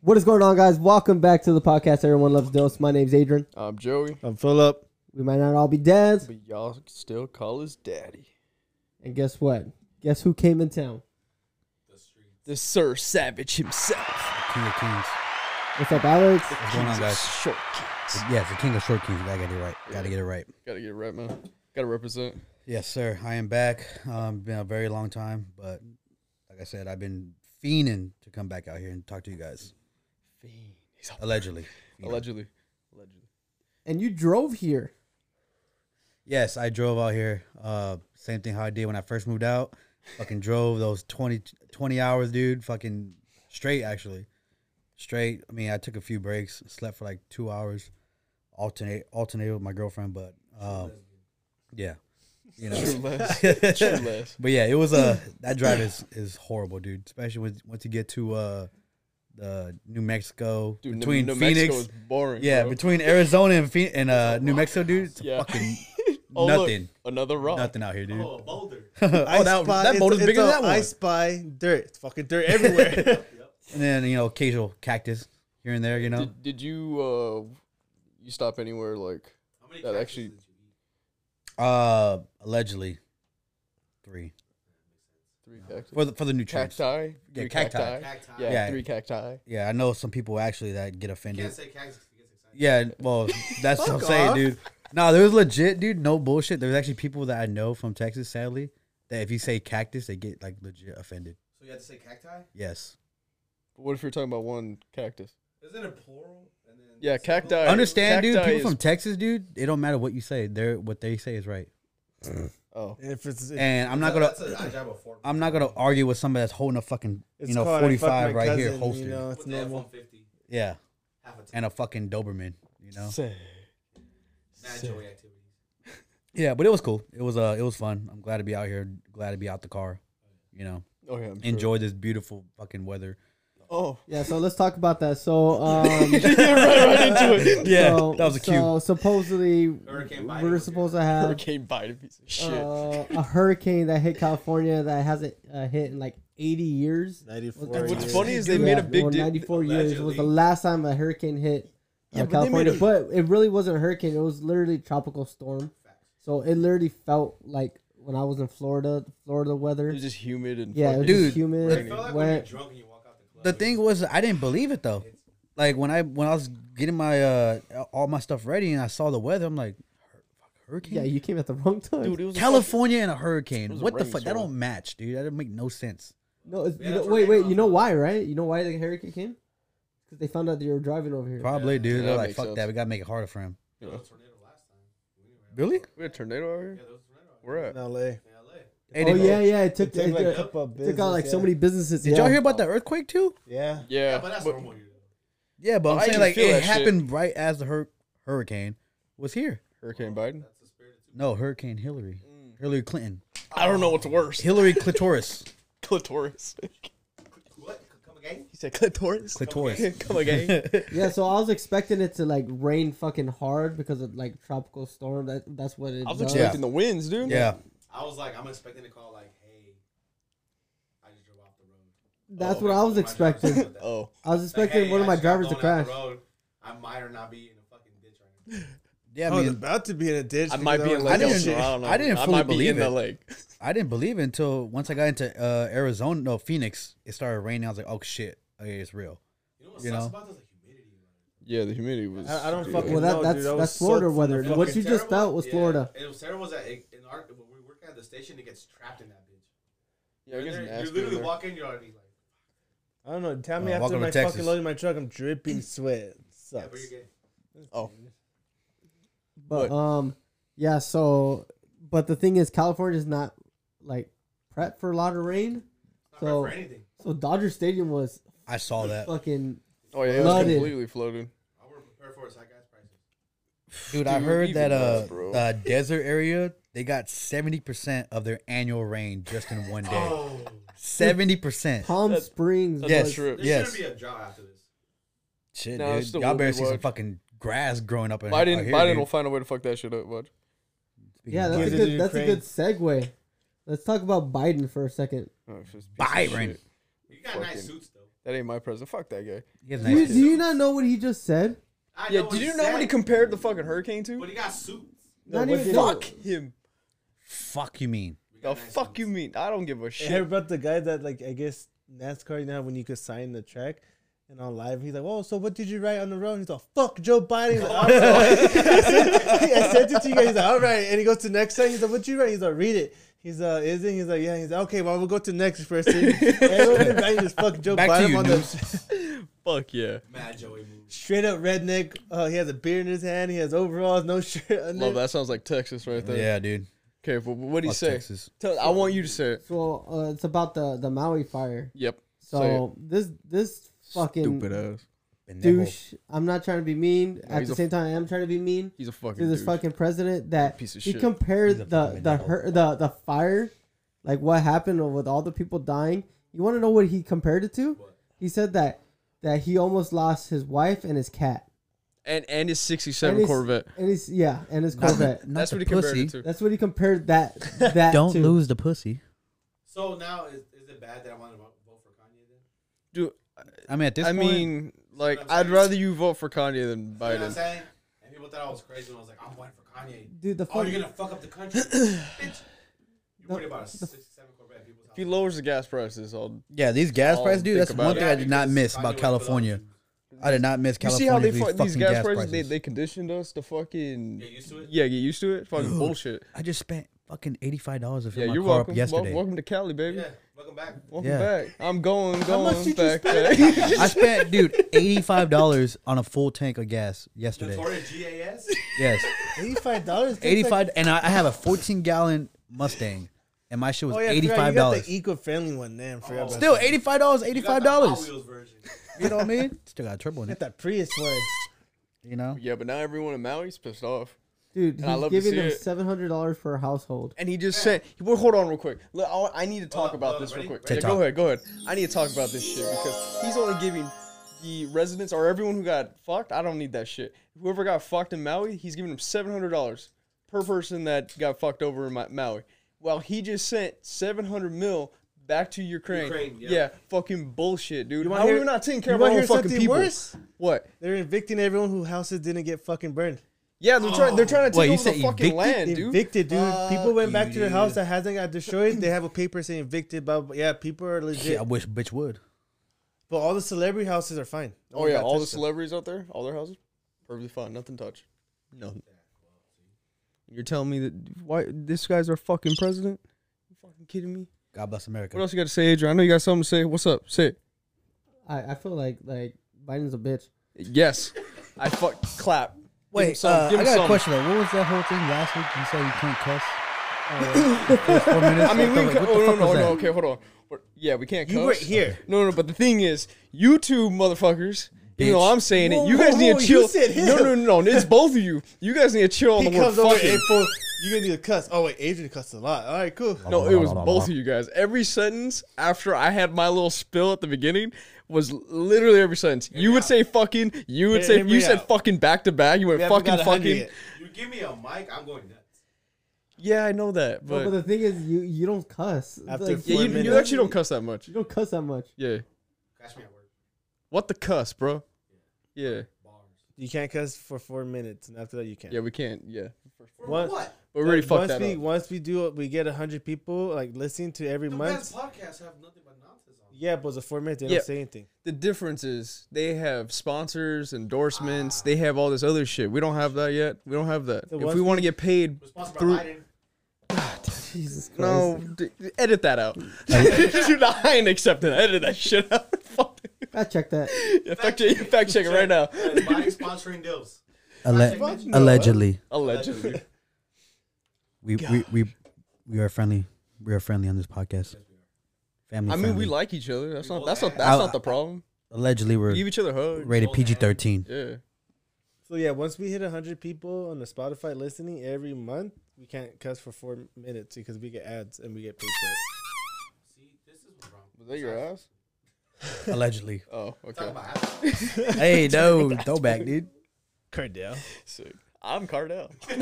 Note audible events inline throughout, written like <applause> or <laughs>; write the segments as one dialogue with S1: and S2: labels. S1: What is going on, guys? Welcome back to the podcast. Everyone loves Dose. My name's Adrian.
S2: I'm Joey,
S3: I'm Philip.
S1: We might not all be dads.
S2: but y'all still call us daddy.
S1: And guess what? Guess who came in town?
S2: The Sir Savage himself.
S3: King of Kings.
S1: What's up, Alex?
S2: The
S3: going on,
S2: king of
S3: guys?
S2: Short kings.
S3: Yeah, it's the King of Short Kings. I gotta get it right. Gotta get it right.
S2: Gotta get it right, man. Gotta represent.
S3: Yes, sir. I am back. Um, been a very long time, but like I said, I've been fiending to come back out here and talk to you guys.
S2: Fiend. He's a-
S3: Allegedly.
S2: Allegedly.
S3: <laughs>
S2: Allegedly.
S1: And you drove here.
S3: Yes, I drove out here. Uh, same thing how I did when I first moved out. Fucking drove those 20, 20 hours, dude. Fucking straight, actually. Straight. I mean, I took a few breaks, slept for like two hours, alternate alternated with my girlfriend, but um, yeah, you know.
S2: True less. True less.
S3: But yeah, it was a
S4: Mm.
S3: that drive is is horrible, dude. Especially when, once you get to uh, the New Mexico
S2: Dude,
S3: between
S2: New, New
S3: Phoenix,
S2: Mexico is boring.
S3: yeah,
S2: bro.
S3: between Arizona and Phoenix, and uh, New Mexico, dude. It's
S2: Yeah.
S3: fucking
S2: <laughs> Oh, look,
S3: nothing.
S2: another rock.
S3: nothing out here, dude.
S4: Oh, Boulder.
S3: <laughs> oh, that, that boat is bigger than that one.
S4: I spy dirt. It's fucking dirt
S3: <laughs>
S4: everywhere.
S3: And then you know, occasional cactus here and there. You know,
S2: Did, did you uh you stop anywhere like that actually
S3: uh, allegedly three
S2: three cacti?
S3: for the for the new trees.
S2: Cacti?
S3: Yeah,
S2: Three
S3: cacti.
S2: Yeah,
S3: Yeah.
S2: three cacti.
S3: Yeah, I know some people actually that get offended.
S4: say cactus if he gets excited.
S3: Yeah, well, that's what I'm
S1: Fuck
S3: saying,
S1: off.
S3: dude. No, there was legit, dude. No bullshit. There was actually people that I know from Texas, sadly, that if you say cactus, they get like legit offended.
S4: So you have to say cacti?
S3: Yes,
S2: But what if you're talking about one cactus?
S4: Isn't it plural? And then
S2: Yeah, cacti.
S3: understand, dude.
S2: cacti
S3: People
S2: is-
S3: from Texas, dude. It don't matter what you say. They're what they say is right.
S2: Oh.
S5: If it's it-
S3: And I'm not gonna,
S4: That's a Ajabo form.
S3: I'm not gonna argue with somebody that's holding a fucking,
S5: it's
S3: you know,
S5: called, I fucked
S3: 45
S5: my
S3: right here,
S5: cousin,
S3: holster.
S5: you know,
S4: What's
S5: it's
S4: the
S5: normal.
S4: F-150?
S3: Yeah,
S4: Half a ton.
S3: and a fucking Doberman. You know.
S2: Say.
S4: Mad Joey activities.
S3: Yeah, but it was cool. It was uh, it was fun. I'm glad to be out here. Glad to be out the car. You know,
S2: Oh yeah. I'm sure.
S3: enjoy this beautiful
S2: <laughs>
S3: fucking weather.
S4: <laughs>
S2: Oh.
S1: Yeah, so let's talk about that. So, um,
S2: right, right into <laughs> it.
S3: <laughs> Yeah,
S1: so,
S3: that was a cue.
S1: So supposedly
S4: Hurricane Biden
S1: we're
S4: was
S1: supposed to have
S2: Hurricane Biden piece of shit.
S1: uh, a hurricane that hit California that hasn't uh, hit in like 80 years.
S5: 94
S1: What's
S2: What's
S5: years.
S2: funny is they made a big
S1: well,
S2: deal.
S1: 94 years was the
S4: Allegedly.
S1: last time a hurricane hit uh,
S2: Yeah, but they
S1: California,
S2: made a-
S1: but it really wasn't a hurricane. It was literally a tropical storm. So it literally felt like when I was in Florida, Florida
S2: it
S1: weather.
S2: was just humid and
S1: Yeah, it was just
S2: fucking-
S3: Dude,
S1: humid,
S4: It felt like when you're
S1: wet.
S4: drunk and you walk out the club.
S3: the thing was I didn't believe it though. Like when I when I was getting my uh all my stuff ready and I saw the weather, I'm like, "Hur- fuck, hurricane,
S1: Yeah, you came at the wrong time.
S2: dude, it was a
S3: California and a
S2: It
S3: hurricane.
S2: was a
S3: What the
S2: rain
S3: fuck? That
S2: storm.
S3: don't match, dude. That didn't make no sense.
S1: no, it's, you
S4: Yeah,
S1: know,
S4: that's
S1: wait,
S4: where
S1: wait.
S4: they
S1: You know why, right? You know why the hurricane came? Because they found out that you were driving over here.
S3: Probably,
S2: Yeah,
S3: dude. They're
S2: that
S3: like,
S2: makes
S3: fuck
S2: sense.
S3: that. We gotta make it harder for him. Oh,
S2: fucking- you know.
S3: Really?
S2: We had a tornado out here.
S4: Yeah, there was a tornado out
S2: We're at.
S5: in LA.
S4: here in LA.
S3: Hey,
S1: oh
S3: did,
S1: yeah, yeah. It took
S5: It
S1: it,
S5: took like a
S1: took-
S5: couple of
S1: took out like
S5: business,
S1: so
S5: yeah.
S1: many businesses.
S3: Did
S1: yeah.
S3: y'all hear about the earthquake too?
S5: Yeah.
S2: Yeah,
S4: Yeah, but that's normal here.
S3: Yeah, but
S2: Oh, I
S3: I'm
S2: can
S3: saying like
S2: feel
S3: it
S2: that shit.
S3: happened right as the hur- hurricane was here.
S2: Hurricane Biden.
S4: That's the spirit of
S3: No, Hurricane Hillary,
S2: Mm.
S3: Hillary Clinton,
S2: I don't know what's worse, <laughs>
S3: Hillary clitoris,
S2: clitoris.
S4: What? Come again?
S2: he said clitoris.
S3: clitoris.
S2: Come again.
S1: Yeah, so I was expecting it to like rain fucking hard because of like tropical storm. That that's what it.
S2: I was
S1: does.
S2: expecting the winds, dude.
S3: <laughs> Yeah,
S4: I was like, I'm expecting to call like, hey, I just drove off the road.
S1: That's
S4: Oh,
S1: what
S4: okay.
S1: I was
S4: My driver's
S1: expecting.
S4: doing that.
S2: Oh,
S1: I was
S4: Like,
S1: expecting
S4: hey,
S1: one of
S4: I
S1: my
S4: just got
S1: drivers to
S4: blown out
S1: crash.
S4: the road. I might or not be in a fucking ditch right now.
S3: yeah. I
S5: I was
S3: mean,
S5: Oh, about to be in a ditch.
S2: I might
S5: because
S2: be in
S5: was
S2: like
S3: I
S5: like,
S3: didn't-
S2: Elsa, I don't know.
S3: I didn't
S2: I
S3: fully
S2: might be in
S3: believe
S2: the
S3: it.
S2: lake.
S3: I didn't believe it until once I got into uh, Arizona, no Phoenix. It started raining. I was like, "Oh shit, okay, it's real."
S4: You know what
S3: You
S4: sucks
S3: know?
S4: about this? Like humidity. Like,
S2: Yeah, the humidity was.
S5: I, I don't
S2: dude.
S5: fucking
S1: Well, that-
S5: know,
S1: that's-
S5: dude. I was
S1: that's Florida
S5: soaked from
S1: weather.
S5: the
S1: What
S5: fucking-
S1: you just felt was Florida.
S4: It was terrible. Was that it, in our when we work at the station, it gets trapped in that bitch.
S2: Yeah, it
S4: You're
S2: gets
S4: there-
S2: nasty
S4: you
S2: in
S4: literally
S2: there.
S4: walk in, you're already like,
S5: I don't know. Tell me
S3: Uh,
S5: after
S3: welcome to
S5: my
S3: Texas.
S5: fucking loading my truck, I'm dripping sweat. It
S4: yeah, but
S5: sucks.
S4: you're gay.
S2: Oh,
S1: But um, yeah. So, but the thing is, California's not like prepped for a lot of rain.
S4: It's not
S1: So-
S4: right for anything.
S1: So Dodger Stadium was
S3: I saw that,
S1: fucking.
S2: oh yeah, it was
S1: Flooded.
S2: completely flooded.
S4: I were prepared for a high gas prices.
S3: dude. I
S2: Dude,
S3: heard
S2: even
S3: that uh,
S2: worse, bro.
S3: the desert area they got seventy percent of their annual rain just in one day.
S4: Oh,
S3: Seventy percent.
S1: Palm
S2: That's-
S1: Springs.
S2: That's
S3: Yes.
S2: not true.
S4: there
S3: Yes.
S4: should be a drought after this.
S3: Shit,
S2: No, it's
S3: dude.
S2: still
S3: Y'all better
S2: Wilby
S3: see some
S2: Watch.
S3: fucking grass growing up in out
S2: Biden,
S3: here.
S2: Biden
S3: dude.
S2: will find a way to fuck that shit up. Bud.
S3: Speaking
S1: Yeah,
S3: of
S1: that's a
S5: Neither
S3: Biden.
S1: good.
S5: did
S1: That's a
S5: Ukraine.
S1: good segue. Let's talk about Biden for a second.
S2: Oh, it's just a piece of
S3: Byron.
S2: shit.
S4: You got nice
S2: Fucking-
S4: suits though.
S2: That ain't my present. Fuck that guy.
S3: He has
S1: Do you,
S3: nice
S1: do
S3: kids.
S1: you not know what he just said?
S4: I
S2: Yeah,
S4: know
S2: did
S4: he
S2: you know what he
S4: said,
S2: compared the fucking hurricane to?
S4: But he got suits.
S2: No,
S1: Not
S2: but
S1: even-
S2: fuck him.
S3: Fuck you mean?
S4: We
S2: The
S4: got nice
S2: fuck you
S4: suits.
S2: mean? I don't give a
S5: I heard
S2: shit.
S5: about the guy that like I guess NASCAR you know how when you could sign the track and on live he's like, Oh, so what did you write on the road? He's like, Fuck Joe Biden. He's like, "All right." I, sent,
S3: <laughs>
S5: <laughs> I sent it to you guys, he's like, All right. And he goes to next thing, he's like, What you write? He's like, read it. He's uh is it? He's like, Yeah, he's like, Okay, well we'll go to next person.
S3: <laughs>
S5: And everyone writing just fuck Joe
S3: Back to
S5: Biden
S3: you,
S5: on
S3: Noose.
S5: the
S2: <laughs> Fuck yeah.
S4: Mad Joey moves.
S5: <laughs> straight up redneck. Uh, he has a beard in his hand. He has overalls, no shirt. On
S2: Love that sounds like Texas right there.
S3: Yeah, dude.
S2: Okay, but what do you
S3: Fuck
S2: say?
S3: Texas.
S2: Tell, I want you to say it.
S1: So uh, it's about the the Maui fire.
S2: Yep. say it.
S1: So this this fucking
S2: stupid ass.
S3: And that whole-
S1: douche. I'm not trying to be mean.
S2: No,
S1: At
S2: he's
S1: the
S2: a-
S1: same time, I am trying to be mean
S2: He's a fucking.
S1: to this
S2: douche.
S1: fucking president that
S2: Piece of
S1: he
S2: shit.
S1: compared
S3: He's a
S1: the
S3: fucking
S1: the
S3: devil.
S1: her, the the fire, like what happened with all the people dying. You want to know what he compared it to?
S4: What?
S1: He said that that he almost lost his wife and his cat.
S2: and and his
S1: And
S2: '67
S1: his-
S2: Corvette.
S1: And his yeah, and his
S3: Not the-
S1: Corvette.
S3: not
S2: That's
S3: the
S2: what he compared
S3: pussy.
S2: it to.
S1: That's what he compared that that
S3: Don't
S1: to.
S3: lose the pussy.
S4: So now is, is it bad that I want to vote vote for Kanye then?
S2: Dude,
S3: I mean, at this
S2: I
S3: point,
S2: mean, like,
S4: what I'm
S2: I'd
S4: saying.
S2: rather you vote for Kanye than
S4: You know what I'm
S2: Biden.
S4: saying? And people thought I was crazy when I was like, I'm voting for Kanye.
S1: Dude, the
S4: Oh,
S1: fuck,
S4: you're gonna fuck up the
S1: <coughs>
S4: country, bitch. You
S1: No,
S4: worried about a sixty-seven Corvette at people's
S2: If he lowers the gas prices, I'll.
S3: yeah, these gas
S2: I'll
S3: prices, dude.
S2: think
S3: That's
S2: about
S3: one
S2: it.
S3: thing I did not miss about California. I did not miss
S2: You see
S3: California.
S2: how they
S3: for these,
S2: fuck these
S3: fucking
S2: gas, prices? They, they conditioned us to fucking.
S4: Get used to it.
S2: Yeah, get used to it. Fucking bullshit.
S3: I just spent fucking eighty five dollars to fill
S2: Yeah,
S3: my
S2: you're
S3: car
S2: welcome.
S3: up
S2: Wel-
S3: yesterday.
S2: Welcome to Cali, baby.
S4: Yeah, welcome back.
S2: Welcome
S3: Yeah.
S2: back. I'm going, going
S5: much did you
S2: back. back. <laughs>
S3: <laughs> I spent, dude, eighty five dollars on a full tank of gas yesterday.
S4: Victoria GAS.
S2: <laughs>
S3: Yes,
S5: Eighty five dollars.
S3: eighty five, and I, I have a fourteen gallon Mustang, and my shit was
S5: Oh yeah,
S3: eighty five dollars.
S2: E-
S5: The eco friendly one, damn. Forgot about
S3: Still eighty five dollars, eighty
S4: You got
S3: five
S4: the Hot
S3: dollars.
S4: Wheels version.
S3: You know what I
S2: <laughs>
S3: mean? Still got a turbo in
S5: Get
S3: it.
S5: that Prius word.
S3: You know.
S2: yeah, but now everyone in Maui's pissed off.
S1: dude.
S2: And I
S1: He's
S2: love to
S1: giving
S2: see
S1: them
S2: it.
S1: seven hundred dollars per household.
S2: And he just said, "Well, hold on, real quick. Look, I, want- I need to talk
S4: up,
S2: about
S4: hold
S2: this
S4: up,
S2: real
S4: ready?
S2: quick. Yeah,
S3: TikTok.
S2: go ahead, go ahead. I need to talk about this shit because he's only giving the residents or everyone who got fucked. I don't need that shit. Whoever got fucked in Maui, he's giving them seven hundred dollars per person that got fucked over in Ma- Maui. Well, he just sent seven hundred mil back to Ukraine.
S4: Ukraine, yeah.
S2: yeah. fucking bullshit, dude.
S5: wanna
S2: How are
S5: hear-
S2: we not taking care
S5: You
S2: of our
S5: want to
S2: own
S5: hear
S2: fucking
S5: something
S2: people?
S5: worse?
S2: What?
S5: They're evicting everyone whose houses didn't get fucking burned.
S2: Yeah, they're trying.
S4: Oh.
S2: They're trying to take
S3: Wait, you
S2: over the
S3: said
S2: fucking
S3: evicted?
S2: land, dude.
S5: evicted, dude.
S3: Fuck
S5: people went back
S3: you,
S5: to their
S3: dude.
S5: house that hasn't got destroyed. They have a paper saying evicted, but yeah, people are legit.
S3: Yeah, I wish bitch would.
S5: But all the celebrity houses are fine. No
S2: Oh
S5: one
S2: yeah,
S5: got
S2: all the
S5: touched
S2: celebrities out there, all their houses, perfectly fine, nothing touched, nothing. You're telling me that why this guy's our fucking president? You fucking kidding me?
S3: God bless America.
S2: What else you got to say, Adrian? I know you got something to say. What's up? Say it.
S1: I, I feel like like Biden's a bitch.
S2: Yes, I fuck clap. Give him
S3: Wait,
S2: some-
S3: uh,
S2: give
S3: I
S2: him
S3: got a
S2: some.
S3: question though. What was that whole thing last week? You said you can't cuss. <laughs> The first four minutes?
S2: I mean, we
S3: What
S2: can,
S3: the
S2: oh, no,
S3: fuck
S2: no,
S3: was
S2: no,
S3: that?
S2: okay, hold on. We're- yeah, we can't.
S5: You
S2: cuss.
S5: were here.
S2: No, no, but the thing is, you two motherfuckers. You know
S3: Bitch.
S2: I'm saying
S5: Whoa,
S2: it. You
S5: whoa,
S2: guys need
S5: whoa,
S2: to
S5: you
S2: chill.
S5: said him.
S2: No, no, no, no. It's both of you. You guys need to chill on
S5: He
S2: the word
S5: comes over
S2: fucking.
S5: and April. You're gonna do a cuss. Oh wait, Adrian cussed a lot. All right, cool.
S2: No, it was both <laughs> of you guys. Every sentence after I had my little spill at the beginning was literally every sentence. You would say fucking, you would
S5: Hear-
S2: say
S5: hear
S2: you
S5: me
S2: said
S5: out.
S2: fucking back to back. You went
S5: We haven't
S2: fucking
S5: got a hundred
S2: fucking.
S5: yet.
S4: You give me a mic, I'm going nuts.
S2: Yeah, I know that,
S1: But,
S2: but,
S1: the thing is, you you don't cuss. It's
S5: After
S1: like,
S5: four
S2: yeah, you,
S5: minutes.
S2: you actually don't cuss that much.
S1: You don't cuss that much.
S2: Yeah,
S4: Catch me at work.
S2: what the cuss, bro? Yeah,
S4: Bars.
S5: You can't cuss for four minutes, and after that you can.
S2: yeah, we can't. Yeah,
S4: For
S5: What?
S4: what?
S2: we already fucked
S5: once
S2: that
S5: we
S2: up.
S5: once we do it, we get hundred people like listening to every
S4: The
S5: month.
S4: man's podcasts have nothing but nonsense on. them.
S5: Yeah, but it's a four minutes. They
S2: Yeah.
S5: don't say anything.
S2: The difference is they have sponsors, <sighs> endorsements. They have all this other shit. We don't have that yet. We don't have that.
S5: So
S2: if
S5: once
S2: we want to get paid,
S4: We're sponsored by
S2: Through-
S4: Biden.
S1: Jesus Christ.
S2: No, d- edit that out. <laughs> Dude, I ain't accepting that. Edit that shit out. <laughs> Fuck.
S1: Fact check that.
S2: Yeah, fact, check, fact check it right now.
S4: Yeah, Biden sponsoring deals.
S3: Alle- allegedly,
S2: <laughs> Allegedly.
S3: we, we we we are friendly. We are friendly on this podcast. Family.
S2: I mean, we
S3: friendly.
S2: like each other. That's not. That's not.
S3: I-
S2: That's not the problem.
S3: allegedly
S2: We
S3: we're
S2: give each other hugs.
S3: rated
S2: <laughs>
S3: PG thirteen.
S2: Yeah.
S5: So yeah, once we hit hundred people on the Spotify listening every month, we can't cuss for four minutes because we get ads and we get paid for it.
S4: See, this is what's wrong.
S2: Was that your ass?
S3: Allegedly.
S2: Oh,
S4: Talking
S2: okay.
S4: about ass.
S2: <laughs>
S3: hey, no, throwback, dude.
S5: Cardell.
S2: Sick.
S1: <laughs>
S2: I'm Cardell. <laughs>
S1: Have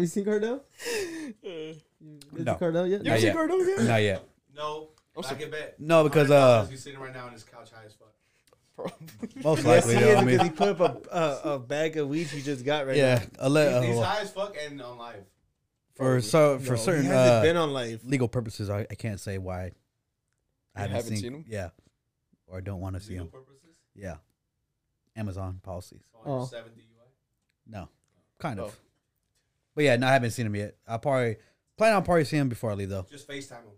S1: you
S2: <laughs>
S1: seen Cardell? You been to
S3: No.
S1: Cardell yet?
S3: <laughs> Not yet.
S2: Cardell?
S3: Not yet.
S4: No.
S2: I'm
S4: I can bet.
S3: No, because,
S4: $100
S3: uh,
S4: he's sitting right now on his couch high as fuck.
S3: Most
S5: Yes,
S3: likely,
S5: he
S3: though.
S5: is
S3: I
S5: because he
S3: mean,
S5: put up a, a, a bag of weed he just got right
S3: yeah, a le-
S4: he's, he's
S3: uh,
S4: high as fuck and on live.
S3: for so
S5: now.
S3: for
S5: No,
S3: certain
S5: he hasn't
S3: uh,
S5: been on life.
S3: legal purposes, I, I can't say why. I
S2: You
S3: haven't,
S2: haven't
S3: seen,
S2: seen 'em?
S3: Yeah, or I don't want to see
S4: Legal
S3: him.
S4: purposes.
S3: Yeah, Amazon policies.
S4: So on your
S1: Oh.
S4: seventh DUI.
S3: No, kind of.
S2: Oh.
S3: But yeah, no, I haven't seen him yet. I will probably plan on probably seeing him before I leave though.
S4: Just FaceTime him.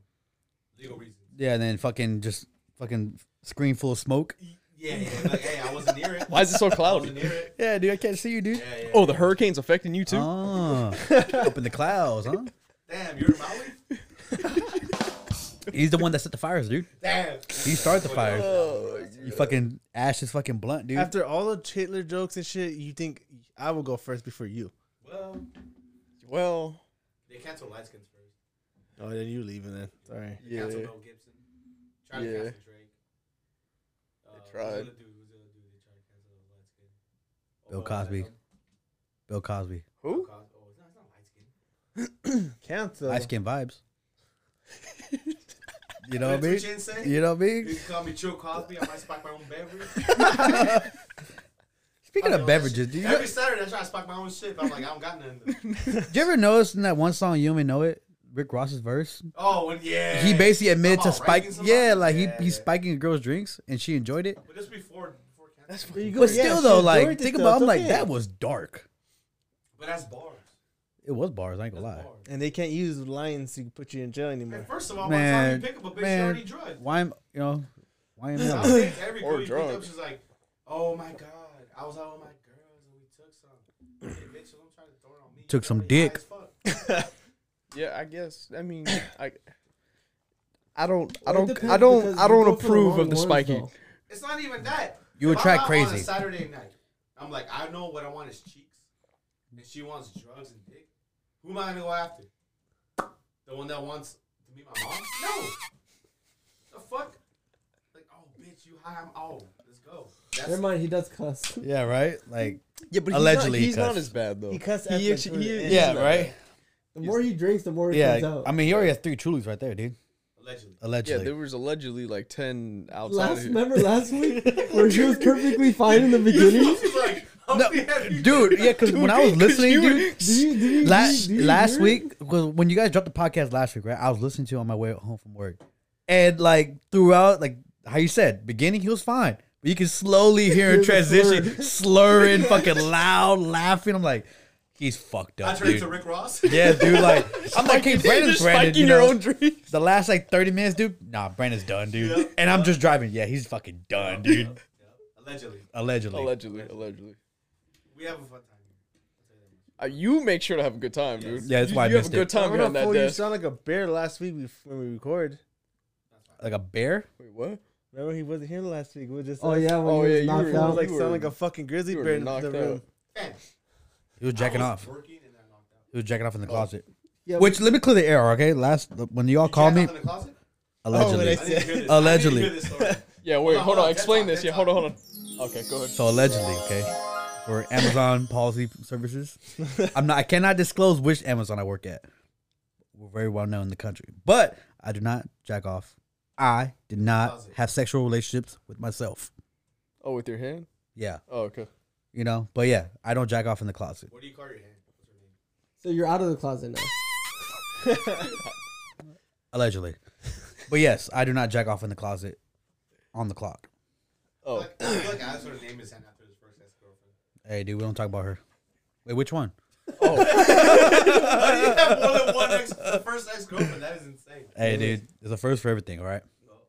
S4: Legal reasons.
S3: Yeah, and then fucking just fucking screen full of smoke.
S4: Yeah, yeah. Like, hey, I wasn't near it.
S2: <laughs> Why is it so
S4: I
S2: cloudy?
S4: wasn't near it.
S3: Yeah, dude, I can't see you, dude.
S4: Yeah, yeah.
S2: Oh, the hurricane's affecting you too.
S3: Ah, up in the clouds, huh?
S4: Damn, you're in Maui.
S3: He's the one that set the fires, dude.
S4: Damn.
S3: He started the fires.
S2: Oh,
S3: You fucking ash is fucking blunt, dude.
S5: After all the Hitler jokes and shit, you think I will go first before you?
S4: Well,
S2: Well,
S4: they canceled Lightskins first.
S5: Oh, then you leaving then. Sorry.
S4: They
S2: yeah.
S4: canceled Mel Gibson. Tried
S2: Yeah.
S4: to cancel Drake. Uh, who's the
S2: tried.
S4: other dude? Who's the other dude they tried to cancel that was light skin? Oh,
S3: Bill
S4: what was that
S3: Cosby.
S4: called?
S3: Bill Cosby,
S4: Bill
S2: Who?
S4: Cos- Oh, it's not, it's not light skin.
S5: Cancel.
S3: ice skin vibes. <laughs> You know what I
S4: That's
S3: mean?
S4: what you insane?
S3: You know what I
S4: You
S3: mean?
S4: can call me Joe Cosby. I might spike my own
S3: <laughs>
S4: beverage.
S3: Speaking of beverages, do you,
S4: Every Saturday I try to spike my own shit, but I'm like, I don't got
S3: <laughs>
S4: nothing.
S3: did you ever notice in that one song you don't even know it? Rick Ross's verse.
S4: Oh, and yeah.
S3: He basically admitted to
S4: About
S3: spike.
S4: raping somebody?
S3: Yeah, like
S4: Yeah,
S3: he he's
S4: yeah.
S3: spiking a girl's drinks and she enjoyed it.
S4: But this before before
S2: That's
S4: cancel.
S5: you
S3: But
S5: Yeah,
S3: still
S5: she
S3: though,
S5: enjoyed
S3: like
S5: it,
S3: think
S5: though.
S3: about it,
S5: It's
S3: I'm like
S5: okay.
S3: that was dark.
S4: But that's bars.
S3: It was bars. I ain't
S4: That's
S3: gonna lie.
S4: bars.
S5: And they can't use lines to put you in jail anymore.
S4: And first of all,
S3: Man,
S4: one time you pick up a bitch,
S3: man.
S4: she already drugged.
S3: Why am you know? Why am <laughs>
S4: I <laughs>
S3: I?
S4: think every
S2: Or
S4: girl you pick up,
S2: drugs.
S4: she's like, "Oh my god, I was out with my girls and we took some." Hey, bitch, don't try to throw it on me.
S3: Took
S4: You
S3: some
S4: already high
S3: dick.
S4: as fuck.
S2: Yeah, I guess. I mean, I. I don't. I
S1: Well, it
S2: don't.
S1: depends
S2: I don't.
S1: because
S2: I
S1: you
S2: don't
S1: go for the
S2: approve
S1: wrong
S2: of the
S1: ones,
S2: spiking.
S1: though.
S4: It's not even that.
S3: You
S4: If I'm
S3: attract
S4: out On a
S3: crazy.
S4: Saturday night, I'm like, I know what I want is cheeks, and she wants drugs and dick. Who am I gonna go after? The one that wants to meet my mom? No. The fuck? Like, oh, bitch, you high? I'm out. Let's go. That's
S1: Never mind, he does cuss.
S3: Yeah, right. Like
S2: Yeah, but
S3: he's not- Allegedly he
S2: he's not,
S3: cussed.
S2: as bad though.
S5: He cussed at
S2: He
S5: the-
S2: actually- he-
S5: Yeah,
S3: yeah,
S2: he's not
S3: right.
S1: The more he drinks, the more it comes
S3: Yeah,
S1: out.
S3: I mean he already has three chulis right there, dude.
S4: allegedly.
S2: bad. Yeah,
S3: Allegedly.
S2: there was allegedly like ten outside.
S1: last
S2: of <laughs> here.
S1: remember last week where he was perfectly fine in the
S4: <laughs>
S1: beginning.
S4: She's like, how
S3: No,
S4: many have you
S3: dude. Yeah, because when I was listening, dude.
S1: Do you, do you,
S3: Last
S1: do you- do you
S3: last
S1: hear it?
S3: week, 'cause when you guys dropped the podcast last week, right? I was listening to it on my way home from work, and like throughout, like how you said, beginning he was fine, but you can slowly hear him
S1: Hear the
S3: transition, slurring, fucking loud, laughing. I'm like, he's fucked
S4: I
S3: up,
S4: turned to
S3: dude.
S4: Rick Ross.
S3: Yeah, dude. Like, I'm like, hey, Brandon's
S2: Just
S3: Brandon.
S2: spiking
S3: You
S2: your
S3: know,
S2: own dreams.
S3: the last like 30 minutes, dude. Nah, Brandon's done, dude.
S4: Yeah.
S3: And I'm just driving. Yeah, he's fucking done, dude.
S4: <laughs> Allegedly.
S3: Allegedly.
S2: Allegedly, allegedly.
S4: We have a fun time.
S2: Uh, you make sure to have a good time, dude.
S3: Yeah, that's
S2: you,
S3: why I
S2: you have
S3: missed
S2: a good
S3: it.
S2: time
S5: Time
S2: behind that
S5: fool, you
S2: desk.
S5: sound like a bear last week bef- when we record.
S3: Like a bear.
S2: Wait, what?
S5: Remember he wasn't here last week. We were just
S1: Oh
S5: like,
S1: yeah, when
S2: Oh,
S1: he
S2: yeah,
S1: was
S2: you
S1: knocked
S2: were-
S5: I
S1: out.
S5: was like
S2: You
S5: sounding
S2: were-
S5: like a fucking grizzly
S2: you were
S5: bear in
S2: knocked
S5: the room.
S2: out.
S4: Man,
S3: He was
S4: Oh,
S3: jacking off.
S4: Working and I knocked out.
S3: He was jacking off in the closet.
S1: Yeah,
S3: Which let me clear the air, okay? Last when y'all
S4: You
S3: called
S4: jacked
S3: me
S4: off in the closet?
S5: when
S3: allegedly.
S5: I
S4: I need
S2: <laughs>
S4: to hear this.
S3: Allegedly.
S4: I need to
S3: <laughs>
S4: hear this story.
S2: Yeah, wait, hold
S4: on, hold
S2: on.
S4: on,
S2: Explain
S4: that's
S2: this. Yeah,
S4: fine,
S2: hold on, hold on. Okay, go ahead.
S3: so allegedly, okay, for Amazon policy services, I'm not. I cannot disclose which Amazon I work at. We're very well known in the country, but I do not jack off. I did not
S4: Closet.
S3: have sexual relationships with myself.
S2: Oh, with your hand?
S3: Yeah,
S2: Oh, okay.
S3: you know, but yeah, I don't jack off in the closet.
S4: What do you call your hand? What's her name?
S1: so you're out of the closet now.
S3: allegedly. But yes, I do not jack off in the closet on the clock.
S2: Oh,
S4: Like, I feel like I sort of named his hand after his first ex girlfriend.
S3: Hey, dude, we don't talk about her. Wait, which one?
S4: you have more than one ex, the first ex girlfriend. That is insane.
S3: Hey, dude, there's a first for everything, all right?